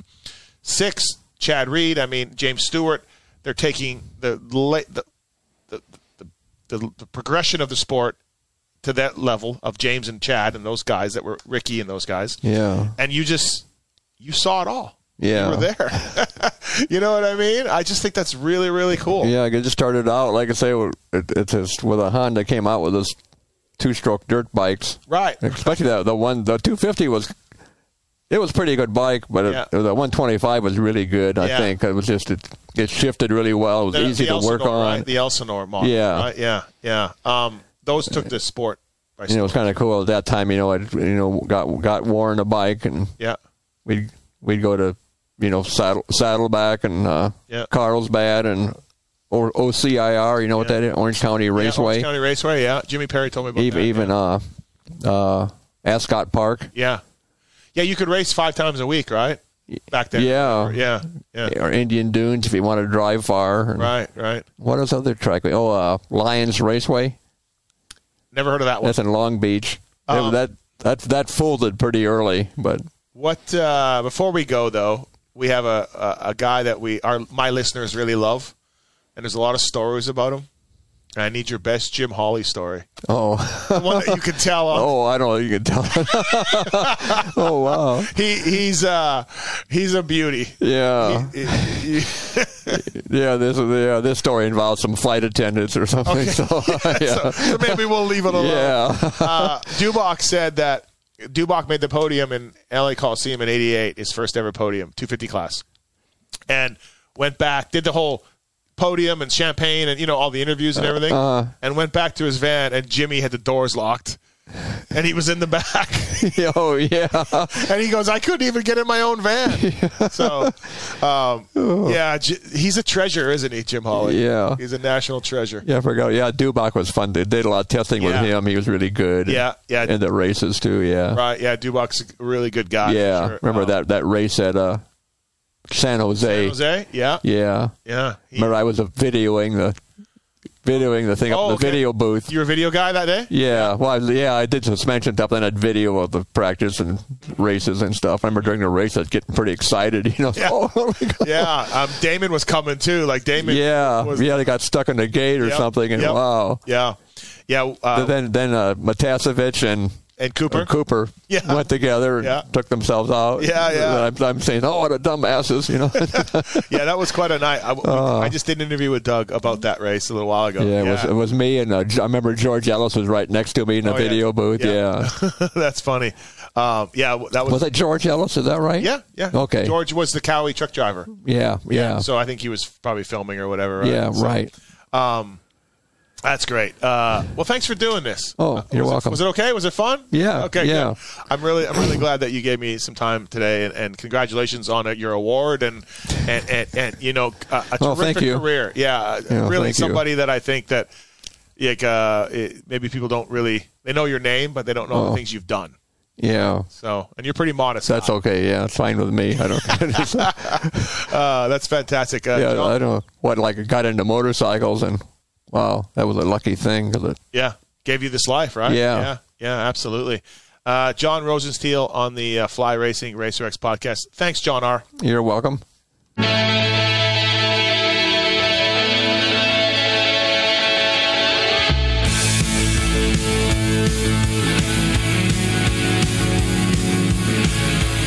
Speaker 4: 2006, Chad Reed, I mean James Stewart, they're taking the la- the the, the, the, the progression of the sport to that level of James and Chad and those guys that were Ricky and those guys.
Speaker 5: Yeah.
Speaker 4: And you just you saw it all.
Speaker 5: Yeah.
Speaker 4: You were there. you know what I mean? I just think that's really, really cool.
Speaker 5: Yeah, I just started out like I say, it, it's just with a Honda came out with those two-stroke dirt bikes.
Speaker 4: Right.
Speaker 5: Especially that the one the 250 was it was a pretty good bike, but it,
Speaker 4: Yeah.
Speaker 5: the 125 was really good. I
Speaker 4: Yeah.
Speaker 5: think it was just it, it shifted really well. It was
Speaker 4: The-
Speaker 5: easy
Speaker 4: the
Speaker 5: to work
Speaker 4: Elsinore,
Speaker 5: on.
Speaker 4: right? The Elsinore model.
Speaker 5: Yeah.
Speaker 4: right? Yeah. Yeah. Um, those took the sport by
Speaker 5: You know, it was
Speaker 4: storm.
Speaker 5: kind of cool at that time. You know, I you know got got Warren a bike, and
Speaker 4: Yeah.
Speaker 5: we'd we'd go to you know saddle Saddleback and uh,
Speaker 4: Yeah.
Speaker 5: Carlsbad and or OCIR. You know what that is? Orange County
Speaker 4: Yeah,
Speaker 5: Raceway.
Speaker 4: Orange County Raceway, yeah. Jimmy Perry told me about
Speaker 5: even
Speaker 4: that.
Speaker 5: even uh, uh, Ascot Park
Speaker 4: yeah. Yeah, you could race five times a week, right? Back then.
Speaker 5: Yeah.
Speaker 4: Yeah. Yeah.
Speaker 5: or Indian Dunes if you want to drive far. And
Speaker 4: Right, right.
Speaker 5: What is other track? Oh, uh, Lions Raceway.
Speaker 4: Never heard of that one.
Speaker 5: That's in Long Beach.
Speaker 4: Um,
Speaker 5: that that that folded pretty early, but
Speaker 4: What uh, before we go though, we have a, a a guy that we our my listeners really love, and there's a lot of stories about him. And I need your best Jim Hawley story,
Speaker 5: oh
Speaker 4: the one that you can tell. On.
Speaker 5: oh I don't know. You can tell. oh wow.
Speaker 4: He he's uh he's a beauty.
Speaker 5: Yeah,
Speaker 4: He- he- he-
Speaker 5: yeah. This yeah, this story involves some flight attendants or something. So yeah,
Speaker 4: so, uh, so maybe we'll leave it alone.
Speaker 5: yeah.
Speaker 4: Uh, Dubach said that Dubach made the podium in LA Coliseum in '88, his first ever podium, 250 class, and went back, did the whole podium and champagne and you know all the interviews
Speaker 5: Uh,
Speaker 4: and everything,
Speaker 5: uh-huh.
Speaker 4: and went back to his van, and Jimmy had the doors locked, and he was in the back,
Speaker 5: oh yeah.
Speaker 4: and he goes, "I couldn't even get in my own van." so, um, yeah, J- he's a treasure, isn't he, Jim Hawley?
Speaker 5: Oh. Yeah.
Speaker 4: he's a national treasure.
Speaker 5: Yeah, I forgot. Yeah, Dubach was fun. They did a lot of testing
Speaker 4: Yeah.
Speaker 5: with him. He was really good.
Speaker 4: Yeah, yeah.
Speaker 5: And the races too. Yeah,
Speaker 4: Right? Yeah, Dubach's a really good guy.
Speaker 5: yeah.
Speaker 4: for sure.
Speaker 5: Remember
Speaker 4: Um,
Speaker 5: that that race at uh, San Jose?
Speaker 4: Jose? Yeah.
Speaker 5: Yeah.
Speaker 4: Yeah. He-
Speaker 5: Remember, I was uh, videoing the videoing the thing up
Speaker 4: Oh,
Speaker 5: in the
Speaker 4: okay.
Speaker 5: video booth.
Speaker 4: you were a video guy that day?
Speaker 5: yeah, well, I was- yeah, I did suspension stuff. Then I'd video of the practice and races and stuff. I remember during the race, I'd get pretty excited. You know,
Speaker 4: Yeah.
Speaker 5: oh my god,
Speaker 4: Yeah. Um, Damon was coming too. Like Damon.
Speaker 5: yeah,
Speaker 4: was-
Speaker 5: yeah, they got stuck in the gate or
Speaker 4: Yep,
Speaker 5: something, and
Speaker 4: yep.
Speaker 5: wow.
Speaker 4: Yeah. Yeah. Uh,
Speaker 5: But then then uh, Matasevich and
Speaker 4: and Cooper.
Speaker 5: and Cooper
Speaker 4: Yeah.
Speaker 5: went together and
Speaker 4: Yeah.
Speaker 5: took themselves out.
Speaker 4: Yeah, yeah.
Speaker 5: And I'm, I'm saying, oh, what a dumbasses, you know.
Speaker 4: yeah, that was quite a night. I, I just did an interview with Doug about that race a little while ago.
Speaker 5: Oh. yeah, it was it was me and uh, I remember George Ellis was right next to me in the
Speaker 4: Oh, yeah.
Speaker 5: video booth.
Speaker 4: Yeah.
Speaker 5: Yeah.
Speaker 4: That's funny. Um, yeah, w- that was.
Speaker 5: Was it George Ellis? Is that right?
Speaker 4: yeah, yeah.
Speaker 5: Okay.
Speaker 4: George was the Cowie truck driver.
Speaker 5: Yeah, yeah,
Speaker 4: So I think he was probably filming or whatever. Right?
Speaker 5: yeah.
Speaker 4: So,
Speaker 5: Right.
Speaker 4: That's great. Uh, well, thanks for doing this.
Speaker 5: Oh,
Speaker 4: Uh,
Speaker 5: you're
Speaker 4: was it-
Speaker 5: welcome.
Speaker 4: was it okay? Was it fun?
Speaker 5: Yeah,
Speaker 4: Okay.
Speaker 5: yeah.
Speaker 4: Good. I'm really, I'm really glad that you gave me some time today, and, and congratulations on uh, your award and and and, and you know uh, a terrific
Speaker 5: Oh, thank you.
Speaker 4: career. Yeah, uh,
Speaker 5: Yeah,
Speaker 4: really
Speaker 5: thank you.
Speaker 4: somebody that I think that like uh, it, maybe people don't really they know your name, but they don't know the
Speaker 5: Oh.
Speaker 4: things you've done.
Speaker 5: Yeah.
Speaker 4: So, and you're pretty modest.
Speaker 5: That's
Speaker 4: guy.
Speaker 5: okay. Yeah, it's fine with me. I don't. yeah,
Speaker 4: Uh, that's fantastic. Uh, John-
Speaker 5: I don't. What like got into motorcycles and wow, that was a lucky thing 'cause it,
Speaker 4: Yeah, gave you this life, right?
Speaker 5: Yeah.
Speaker 4: yeah, yeah, absolutely. Uh, John Rosensteel on the uh, Fly Racing Racer X podcast. Thanks, John R.
Speaker 5: you're welcome.